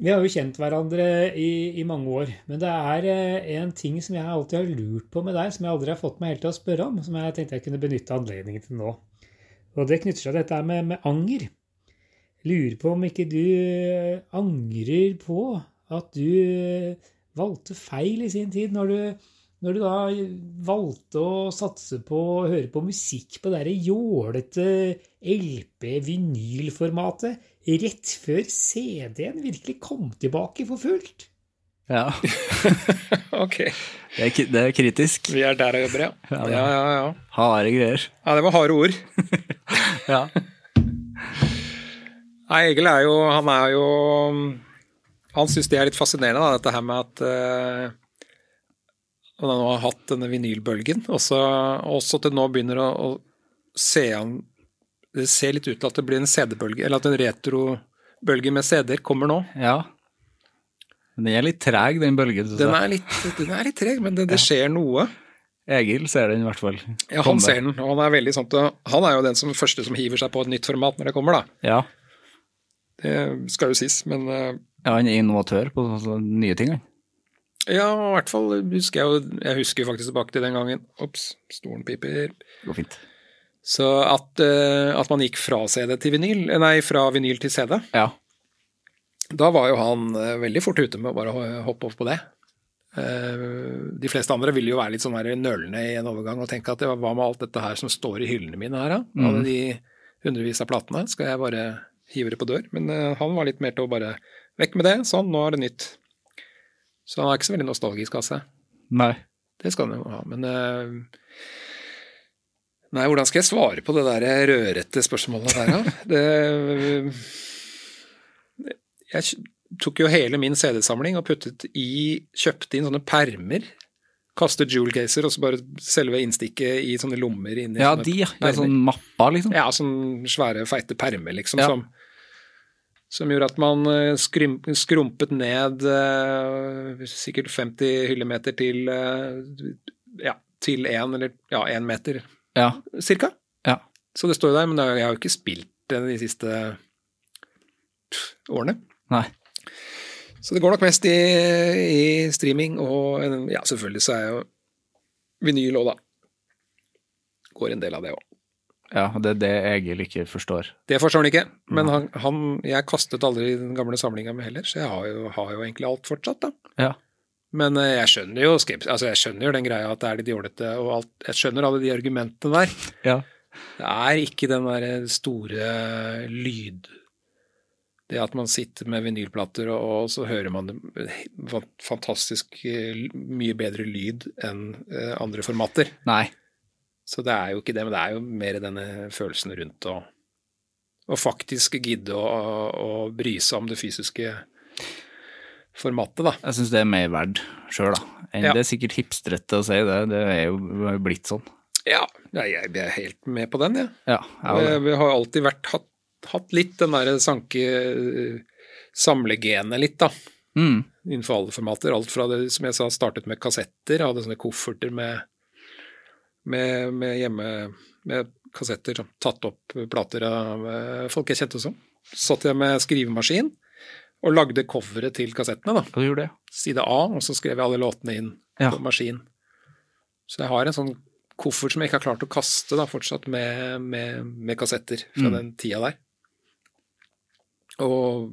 Speaker 5: Vi har jo kjent hverandre i, i mange år, men det er eh, en ting som jeg alltid har lurt på med deg, som jeg aldri har fått meg helt til å spørre om, som jeg tenkte jeg kunne benytte anledningen til nå. Og det knytter seg til dette her med, med anger. Lurer på om ikke du eh, angrer på at du eh, valgte feil i sin tid, når du når du da valgte å satse på å høre på musikk på det der jålete LP-vinylformatet rett før CD-en virkelig kom tilbake for fullt?
Speaker 1: Ja.
Speaker 2: Ok,
Speaker 1: Det er, ki- det er kritisk.
Speaker 2: vi er der og jobber, ja.
Speaker 1: Ja,
Speaker 2: Ja,
Speaker 1: da.
Speaker 2: ja, ja.
Speaker 1: Harde greier.
Speaker 2: Ja, det var harde ord.
Speaker 1: Ja.
Speaker 2: Nei, Egil er jo Han er jo Han syns det er litt fascinerende, da, dette her med at eh, han nå har hatt denne vinylbølgen, og så også til nå begynner å, å se an Det ser litt ut til at det blir en CD-bølge, eller at en retrobølge med CD-er kommer nå.
Speaker 1: ja. Men den er litt treg, den bølgen. synes
Speaker 2: Den
Speaker 1: jeg.
Speaker 2: er litt, den er litt treg, men det, det skjer noe.
Speaker 1: Egil ser den i hvert fall.
Speaker 2: Ja, han
Speaker 1: Komme.
Speaker 2: ser den, og han er veldig sånn til- Han er jo den som første som hiver seg på et nytt format når det kommer, da.
Speaker 1: Ja.
Speaker 2: Det skal jo sies, men eh,
Speaker 1: ja, han er innovatør på sånne, sånne nye ting. han.
Speaker 2: Ja, i hvert fall husker jeg jo Jeg husker jo faktisk tilbake til den gangen. Ops, stolen piper.
Speaker 1: Det går fint.
Speaker 2: Så at, eh, at man gikk fra CD til vinyl, eh, nei, fra vinyl til CD,
Speaker 1: Ja.
Speaker 2: da var jo han eh, veldig fort ute med å bare ho- hoppe over på det. Eh, De fleste andre ville jo være litt sånn der nølende i en overgang og tenke at ja, hva med alt dette her som står i hyllene mine her, da? Alle de hundrevis av platene, skal jeg bare hive det på dør? Men eh, han var litt mer til å bare vekk med det, sånn, nå er det nytt. Så han er ikke så veldig nostalgisk av seg.
Speaker 1: Nei.
Speaker 2: Det skal han jo ha, men eh, Nei, hvordan skal jeg svare på det der rødrette spørsmålet der, da? Det Jeg kj- tok jo hele min CD-samling og puttet i Kjøpte inn sånne permer. Kastet jewel caser og så bare selve innstikket i sånne lommer inni
Speaker 1: Ja,
Speaker 2: sånne
Speaker 1: de, ja. Det
Speaker 2: permer.
Speaker 1: er sånn mappa, liksom.
Speaker 2: Ja, sånn svære, feite permer, liksom,
Speaker 1: Ja.
Speaker 2: som, som gjorde at man eh, skrym, skrumpet ned eh, sikkert 50 hyllemeter til eh, ja, til én eller ja, én meter,
Speaker 1: Ja.
Speaker 2: cirka.
Speaker 1: Ja.
Speaker 2: Så det står jo der, men det er jo- jeg har jo ikke spilt det de siste pff, årene.
Speaker 1: Nei.
Speaker 2: Så det går nok mest i, i streaming, og eh, ja, selvfølgelig så er jo vinyl òg, da. går en del av det òg.
Speaker 1: Ja, og det er det Egil ikke forstår.
Speaker 2: Det forstår han ikke, men han, han, jeg kastet aldri den gamle samlinga med heller, så jeg har jo, har jo egentlig alt fortsatt, da.
Speaker 1: Ja.
Speaker 2: Men eh, jeg skjønner jo skepsis, altså jeg skjønner jo den greia at det er litt jålete og alt, jeg skjønner alle de argumentene der.
Speaker 1: Ja.
Speaker 2: Det er ikke den der store lyd... Det at man sitter med vinylplater og, og så hører man det- fa- fantastisk eh, mye bedre lyd enn eh, andre formater.
Speaker 1: Nei.
Speaker 2: Så det er jo ikke det, men det er jo mer denne følelsen rundt å, å faktisk gidde å, å bry seg om det fysiske formatet, da.
Speaker 1: Jeg syns det er mer verdt sjøl, da. Enn
Speaker 2: Ja.
Speaker 1: Det er sikkert hipstrete å si det, det er jo det har jo blitt sånn.
Speaker 2: Ja, jeg, jeg er helt med på den, jeg.
Speaker 1: Ja, jeg,
Speaker 2: vi, vi har alltid vært, hatt, hatt litt den derre sanke eh, samlegenet litt, da.
Speaker 1: mm,
Speaker 2: Innenfor alle formater. Alt fra det som jeg sa, startet med kassetter, hadde sånne kofferter med, med, med hjemme med kassetter, sånn, tatt opp plater av eh, folk jeg kjente også. Satt jeg med skrivemaskin og lagde coveret til kassettene, da.
Speaker 1: og du gjorde det.
Speaker 2: Side A, og så skrev jeg alle låtene inn
Speaker 1: Ja.
Speaker 2: på maskin. Så jeg har en sånn koffert som jeg ikke har klart å kaste, da, fortsatt med, med, med kassetter fra den tida der. Og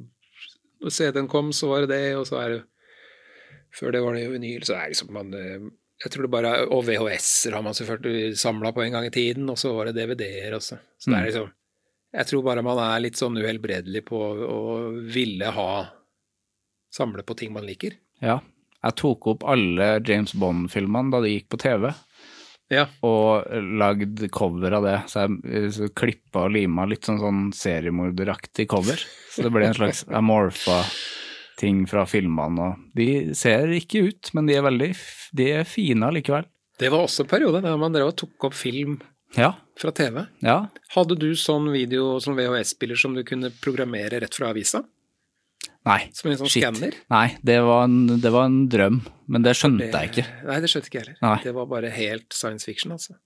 Speaker 2: når CD-en kom, så var det det, og så er det Før det var det jo vinyl, så er det liksom man eh, Jeg tror det bare er- Og VHS-er har man selvfølgelig samla på en gang i tiden, og så var det DVD-er også. Så det er liksom Jeg tror bare man er litt sånn uhelbredelig på å ville ha Samle på ting man liker.
Speaker 1: Ja. Jeg tok opp alle James Bond-filmene da de gikk på TV,
Speaker 2: Ja.
Speaker 1: og lagde cover av det. Så jeg eh, så klippa og lima litt sånn, sånn seriemorderaktig cover. Så det ble en slags amorfa ting fra filmene. Og de ser ikke ut, men de er veldig f- de er fine likevel.
Speaker 2: Det var også en periode der man drev og tok opp film
Speaker 1: Ja.
Speaker 2: fra TV.
Speaker 1: Ja.
Speaker 2: Hadde du sånn video som VHS-spiller som du kunne programmere rett fra avisa?
Speaker 1: Nei.
Speaker 2: Som en sånn
Speaker 1: Shit.
Speaker 2: skanner?
Speaker 1: Nei, det var, en, det var en drøm, men det skjønte jeg ikke.
Speaker 2: Nei, det skjønte ikke jeg heller.
Speaker 1: Nei.
Speaker 2: Det var bare helt science fiction, altså.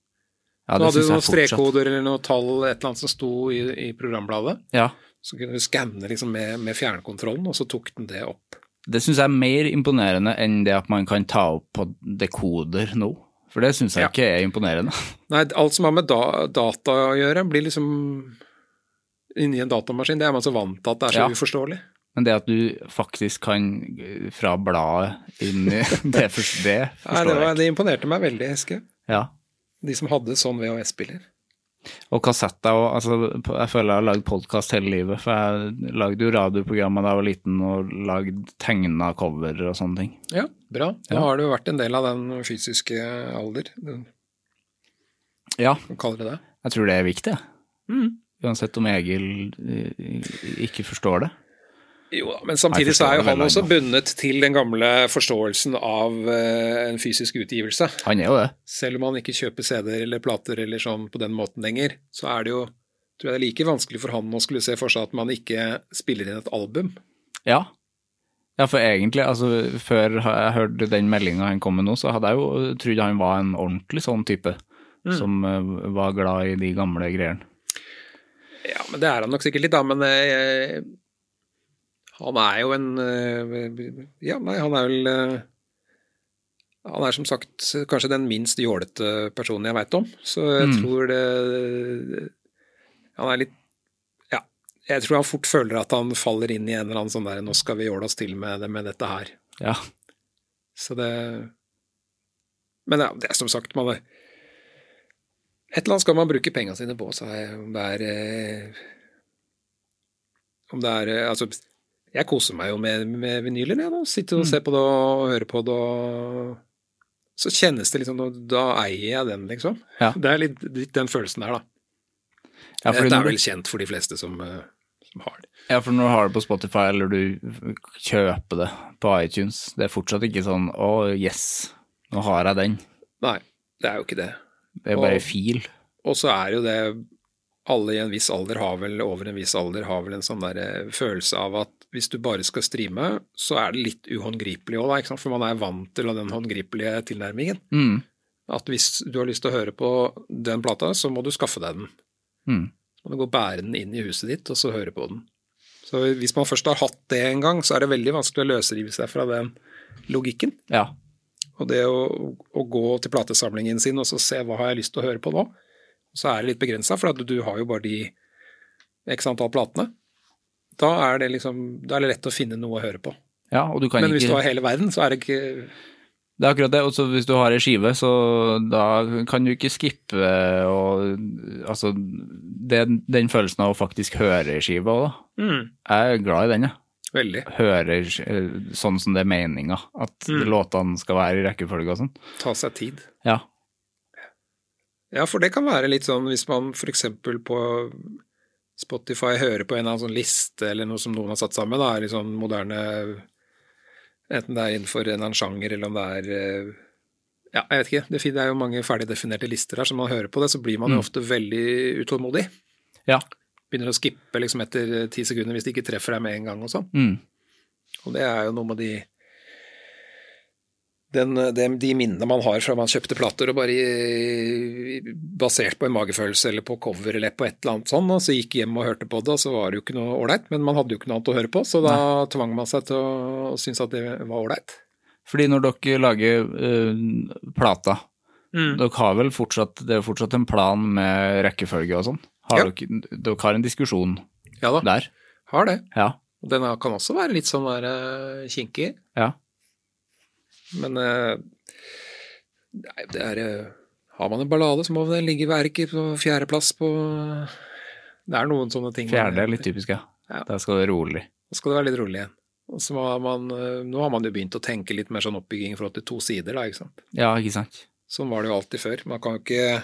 Speaker 1: Ja,
Speaker 2: du hadde
Speaker 1: synes
Speaker 2: noen
Speaker 1: jeg fortsatt.
Speaker 2: strekkoder eller noen tall, et eller annet som sto i, i programbladet.
Speaker 1: Ja,
Speaker 2: Så kunne du skanne liksom med, med fjernkontrollen, og så tok den det opp.
Speaker 1: det syns jeg er mer imponerende enn det at man kan ta opp på dekoder nå. For det syns jeg
Speaker 2: Ja.
Speaker 1: ikke er imponerende.
Speaker 2: Nei, alt som har med da, data å gjøre, blir liksom Inni en datamaskin. Det er man så vant til at det er så
Speaker 1: Ja.
Speaker 2: uforståelig.
Speaker 1: Men det at du faktisk kan eh, fra bladet inn i Det, for, det
Speaker 2: Nei, det,
Speaker 1: forstår
Speaker 2: var,
Speaker 1: jeg ikke.
Speaker 2: det imponerte meg veldig, Eske.
Speaker 1: Ja.
Speaker 2: De som hadde sånn VHS-spiller.
Speaker 1: Og kassetter og altså, Jeg føler jeg har lagd podkast hele livet, for jeg lagde jo radioprogrammer da jeg var liten og lagd tegna cover og sånne ting.
Speaker 2: Ja, bra. Da
Speaker 1: Ja.
Speaker 2: har du vært en del av den fysiske alder, den-
Speaker 1: Ja,
Speaker 2: hva kaller det det?
Speaker 1: jeg tror det er viktig, jeg. Uansett om Egil eh, ikke forstår det.
Speaker 2: Jo da, men
Speaker 1: Jeg
Speaker 2: samtidig så
Speaker 1: forstår
Speaker 2: er jo
Speaker 1: det
Speaker 2: han
Speaker 1: veldig
Speaker 2: også
Speaker 1: godt.
Speaker 2: bundet til den gamle forståelsen av eh, en fysisk utgivelse.
Speaker 1: Han er jo det.
Speaker 2: Selv om han ikke kjøper CD-er eller plater eller sånn på den måten lenger, så er det jo tror jeg det er like vanskelig for han å skulle se for seg at man ikke spiller inn et album.
Speaker 1: Ja. Ja, for egentlig, altså før jeg hørte den meldinga han kom med nå, så hadde jeg jo trodd han var en ordentlig sånn type. Som eh, var glad i de gamle greiene.
Speaker 2: Ja, men det er han nok sikkert litt, da, men eh, han er jo en eh, Ja, nei, han er vel eh, Han er som sagt kanskje den minst jålete personen jeg veit om, så jeg tror det Han er litt Ja, jeg tror han fort føler at han faller inn i en eller annen sånn der 'nå skal vi jåle oss til med, det- med dette her'.
Speaker 1: Ja.
Speaker 2: Så det Men ja, det er som sagt, man Et eller annet skal man bruke pengene sine på, sa jeg. Om det er eh, Om det er eh, Altså, jeg koser meg jo med, med vinyler, jeg, da. Sitter og
Speaker 1: Mm.
Speaker 2: ser på det og hører på det og Så kjennes det liksom Da eier jeg den, liksom.
Speaker 1: Ja.
Speaker 2: Det er litt, litt den følelsen der, da.
Speaker 1: Ja, for
Speaker 2: Dette er
Speaker 1: når
Speaker 2: vel
Speaker 1: du,
Speaker 2: kjent for de fleste som, eh, som har det.
Speaker 1: ja, for når du har det på Spotify, eller du kjøper det på iTunes, det er fortsatt ikke sånn 'å, yes, nå har jeg den'.
Speaker 2: Nei, det er jo ikke det.
Speaker 1: Det er bare
Speaker 2: Og-
Speaker 1: fil.
Speaker 2: Og så er jo det Alle i en viss alder har vel, over en viss alder, har vel en sånn der eh, følelse av at hvis du bare skal streame, så er det litt uhåndgripelig òg, da. Ikke sant? For man er vant til den håndgripelige tilnærmingen.
Speaker 1: Mm.
Speaker 2: At hvis du har lyst til å høre på den plata, så må du skaffe deg den.
Speaker 1: Mm.
Speaker 2: Så må du gå og bære den inn i huset ditt, og så høre på den. Så hvis man først har hatt det en gang, så er det veldig vanskelig å løsrive seg fra den logikken.
Speaker 1: Ja.
Speaker 2: Og det å, å gå til platesamlingen sin og så se hva har jeg lyst til å høre på nå, så er det litt begrensa, for at du har jo bare de x antall platene. Da er det liksom Da er det lett å finne noe å høre på.
Speaker 1: Ja, og du kan
Speaker 2: Men hvis du
Speaker 1: ikke
Speaker 2: har hele verden, så er det ikke
Speaker 1: Det er akkurat det. Og så hvis du har ei skive, så da kan du ikke skippe og Altså, det er den følelsen av å faktisk høre ei skive òg, da.
Speaker 2: mm,
Speaker 1: Jeg er glad i den, jeg.
Speaker 2: Veldig.
Speaker 1: Hører eh, sånn som det er meninga. At
Speaker 2: Mm.
Speaker 1: låtene skal være i rekkefølge og sånn.
Speaker 2: Ta seg tid.
Speaker 1: Ja.
Speaker 2: Ja, for det kan være litt sånn hvis man f.eks. på Spotify hører på en eller annen sånn liste eller noe som noen har satt sammen, da, er litt sånn moderne Enten det er innenfor en eller annen sjanger, eller om det er eh, Ja, jeg vet ikke. Det fin- Det er jo mange ferdig definerte lister her, så når man hører på det, så blir man jo ofte veldig utålmodig.
Speaker 1: Ja.
Speaker 2: Begynner å skippe liksom etter eh, ti sekunder hvis det ikke treffer deg med en gang og sånn.
Speaker 1: Mm.
Speaker 2: Og det er jo noe med de den, de, de minnene man har fra man kjøpte plater, og bare i, basert på en magefølelse eller på cover eller på et eller annet sånn, og så gikk hjem og hørte på det, og så var det jo ikke noe ålreit, men man hadde jo ikke noe annet å høre på, så da tvang man seg til å, å synes at det var ålreit.
Speaker 1: Fordi når dere lager eh, plata,
Speaker 2: Mm.
Speaker 1: dere har vel fortsatt Det er jo fortsatt en plan med rekkefølge og sånn? Har
Speaker 2: Ja.
Speaker 1: dere, dere har en diskusjon
Speaker 2: Ja da,
Speaker 1: der?
Speaker 2: har det.
Speaker 1: Ja.
Speaker 2: Og den kan også være litt sånn der eh, kinkig,
Speaker 1: Ja.
Speaker 2: men eh, nei, det er eh, Har man en ballade, så må den ligge være ikke på fjerdeplass på Det er noen sånne ting.
Speaker 1: Fjerde er litt typisk, ja.
Speaker 2: Ja.
Speaker 1: Der skal det rolig.
Speaker 2: Da skal det være litt rolig igjen. Og så har man, eh, nå har man jo begynt å tenke litt mer sånn oppbygging i forhold til to sider, da, ikke sant.
Speaker 1: Ja, ikke sant?
Speaker 2: Sånn var det jo alltid før. Man kan jo ikke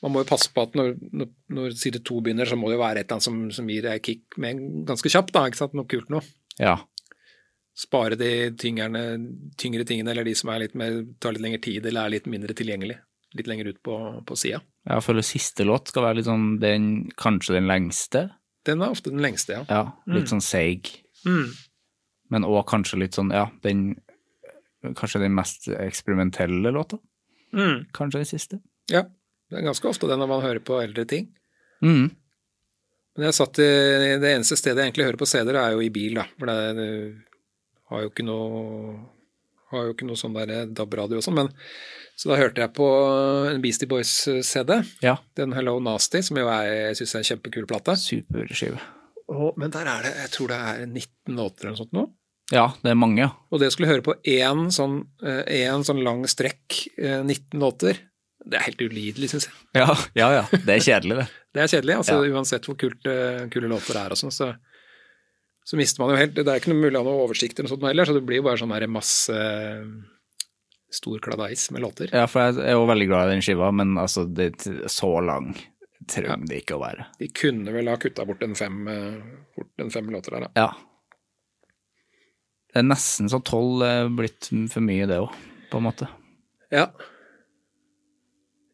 Speaker 2: Man må jo passe på at når, når, når side to begynner, så må det jo være et eller annet som, som gir deg kick med en ganske kjapt, da, ikke sant. Noe kult noe.
Speaker 1: Ja.
Speaker 2: Spare de tyngerne, tyngre tingene, eller de som er litt mer, tar litt lengre tid, eller er litt mindre tilgjengelig. Litt lenger ut på, på sida.
Speaker 1: Jeg føler siste låt skal være litt sånn den, kanskje den lengste.
Speaker 2: Den er ofte den lengste, ja.
Speaker 1: Ja, litt sånn seig.
Speaker 2: Mm.
Speaker 1: Men òg kanskje litt sånn, ja, den Kanskje den mest eksperimentelle låta?
Speaker 2: Mm.
Speaker 1: Kanskje den siste?
Speaker 2: ja. Det er ganske ofte det når man hører på eldre ting.
Speaker 1: Mm.
Speaker 2: Men jeg satt i, det eneste stedet jeg egentlig hører på CD-er, er jo i bil, da. For det, det har jo ikke noe har jo ikke noe sånn der DAB-radio og sånn, men så da hørte jeg på en Beastie Boys-CD,
Speaker 1: Ja.
Speaker 2: den Hello Nasty, som jo er, jeg syns er en kjempekul plate.
Speaker 1: Superskive.
Speaker 2: Og, men der er det, jeg tror det er 19 låter eller noe sånt nå.
Speaker 1: Ja, det er mange, ja.
Speaker 2: Og det å skulle høre på én sånn, eh, en sånn lang strekk, eh, 19 låter, det er helt ulidelig, syns jeg.
Speaker 1: Ja, ja, ja. Det er kjedelig, det.
Speaker 2: Det er kjedelig, altså
Speaker 1: Ja.
Speaker 2: uansett hvor kult, eh, kule låter det er og sånn, så, så mister man jo helt Det er ikke noe mulig å ha noe oversikt eller noe sånt nå heller, så det blir jo bare sånn her masse eh, stor kladeis med låter.
Speaker 1: Ja, for jeg er jo veldig glad i den skiva, men altså, det, så lang trenger det ikke å være.
Speaker 2: De kunne vel ha kutta bort en fem, eh, bort en fem låter der, da.
Speaker 1: Ja. Det er nesten så tolv er blitt for mye, det òg, på en måte.
Speaker 2: Ja.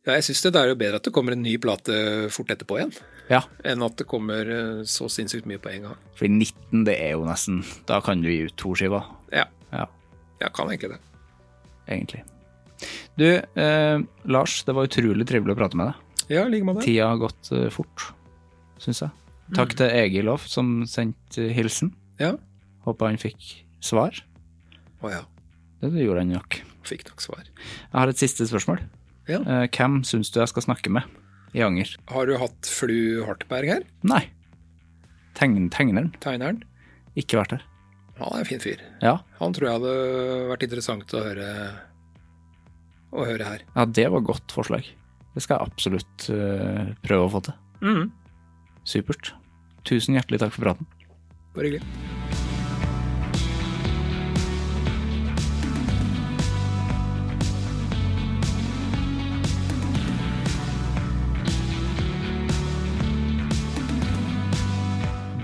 Speaker 2: Ja, jeg syns det det er jo bedre at det kommer en ny plate fort etterpå igjen,
Speaker 1: Ja.
Speaker 2: enn at det kommer eh, så sinnssykt mye på en gang.
Speaker 1: Fordi 19, det er jo nesten Da kan du gi ut to skiver.
Speaker 2: Ja,
Speaker 1: Ja,
Speaker 2: jeg kan egentlig det.
Speaker 1: egentlig. Du, eh, Lars, det var utrolig trivelig å prate med deg.
Speaker 2: Ja, i like måte.
Speaker 1: Tida har gått eh, fort, syns jeg. Takk til Egil Hoff som sendte hilsen.
Speaker 2: Mm. Ja.
Speaker 1: Håper han fikk svar.
Speaker 2: Å ja,
Speaker 1: Det gjorde han nok.
Speaker 2: fikk nok svar.
Speaker 1: Jeg har et siste spørsmål.
Speaker 2: Ja.
Speaker 1: Eh, hvem syns du jeg skal snakke med i Anger?
Speaker 2: Har du hatt Flu Hartberg her?
Speaker 1: Nei. Tegn, tegneren.
Speaker 2: Tegneren?
Speaker 1: Ikke vært der.
Speaker 2: Han er en fin fyr.
Speaker 1: Ja.
Speaker 2: Han tror jeg hadde vært interessant å høre, å høre her.
Speaker 1: ja, det var godt forslag. Det skal jeg absolutt eh, prøve å få til. Supert. Tusen hjertelig takk for praten.
Speaker 2: Bare hyggelig.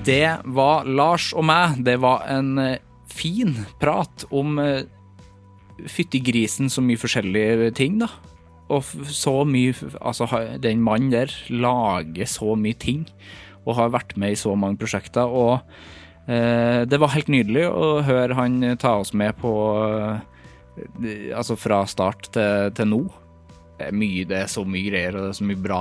Speaker 1: Det var Lars og meg. Det var en eh, fin prat om eh, fytti grisen så mye forskjellige ting, da. Og f- så mye f- Altså, ha- den mannen der lager så mye ting og har vært med i så mange prosjekter. Og eh, det var helt nydelig å høre han ta oss med på eh, Altså fra start til, til nå. Det er mye, det er så mye greier, og det er så mye bra.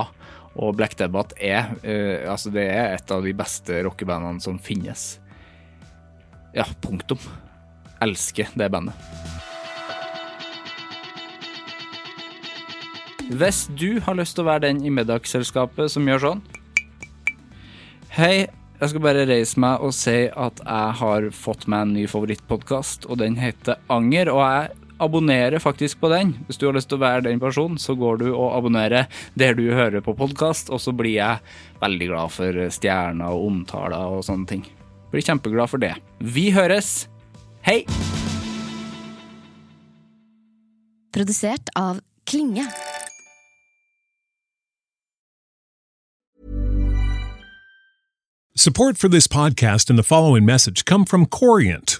Speaker 1: Og Black Debbath er, eh, altså det er et av de beste rockebandene som finnes. Ja, punktum. Elsker det bandet. Hvis du har lyst til å være den i middagsselskapet som gjør sånn Hei, jeg skal bare reise meg og si at jeg har fått meg en ny favorittpodkast, og den heter Anger, og jeg abonnerer faktisk på den. Hvis du har lyst til å være den personen, så går du og abonnerer der du hører på podkast, og så blir jeg veldig glad for stjerner og omtaler og sånne ting. Blir kjempeglad for det. Vi høres. Hei!
Speaker 6: Produsert av Klinge.
Speaker 7: Support for this podcast and the following message come from Corient.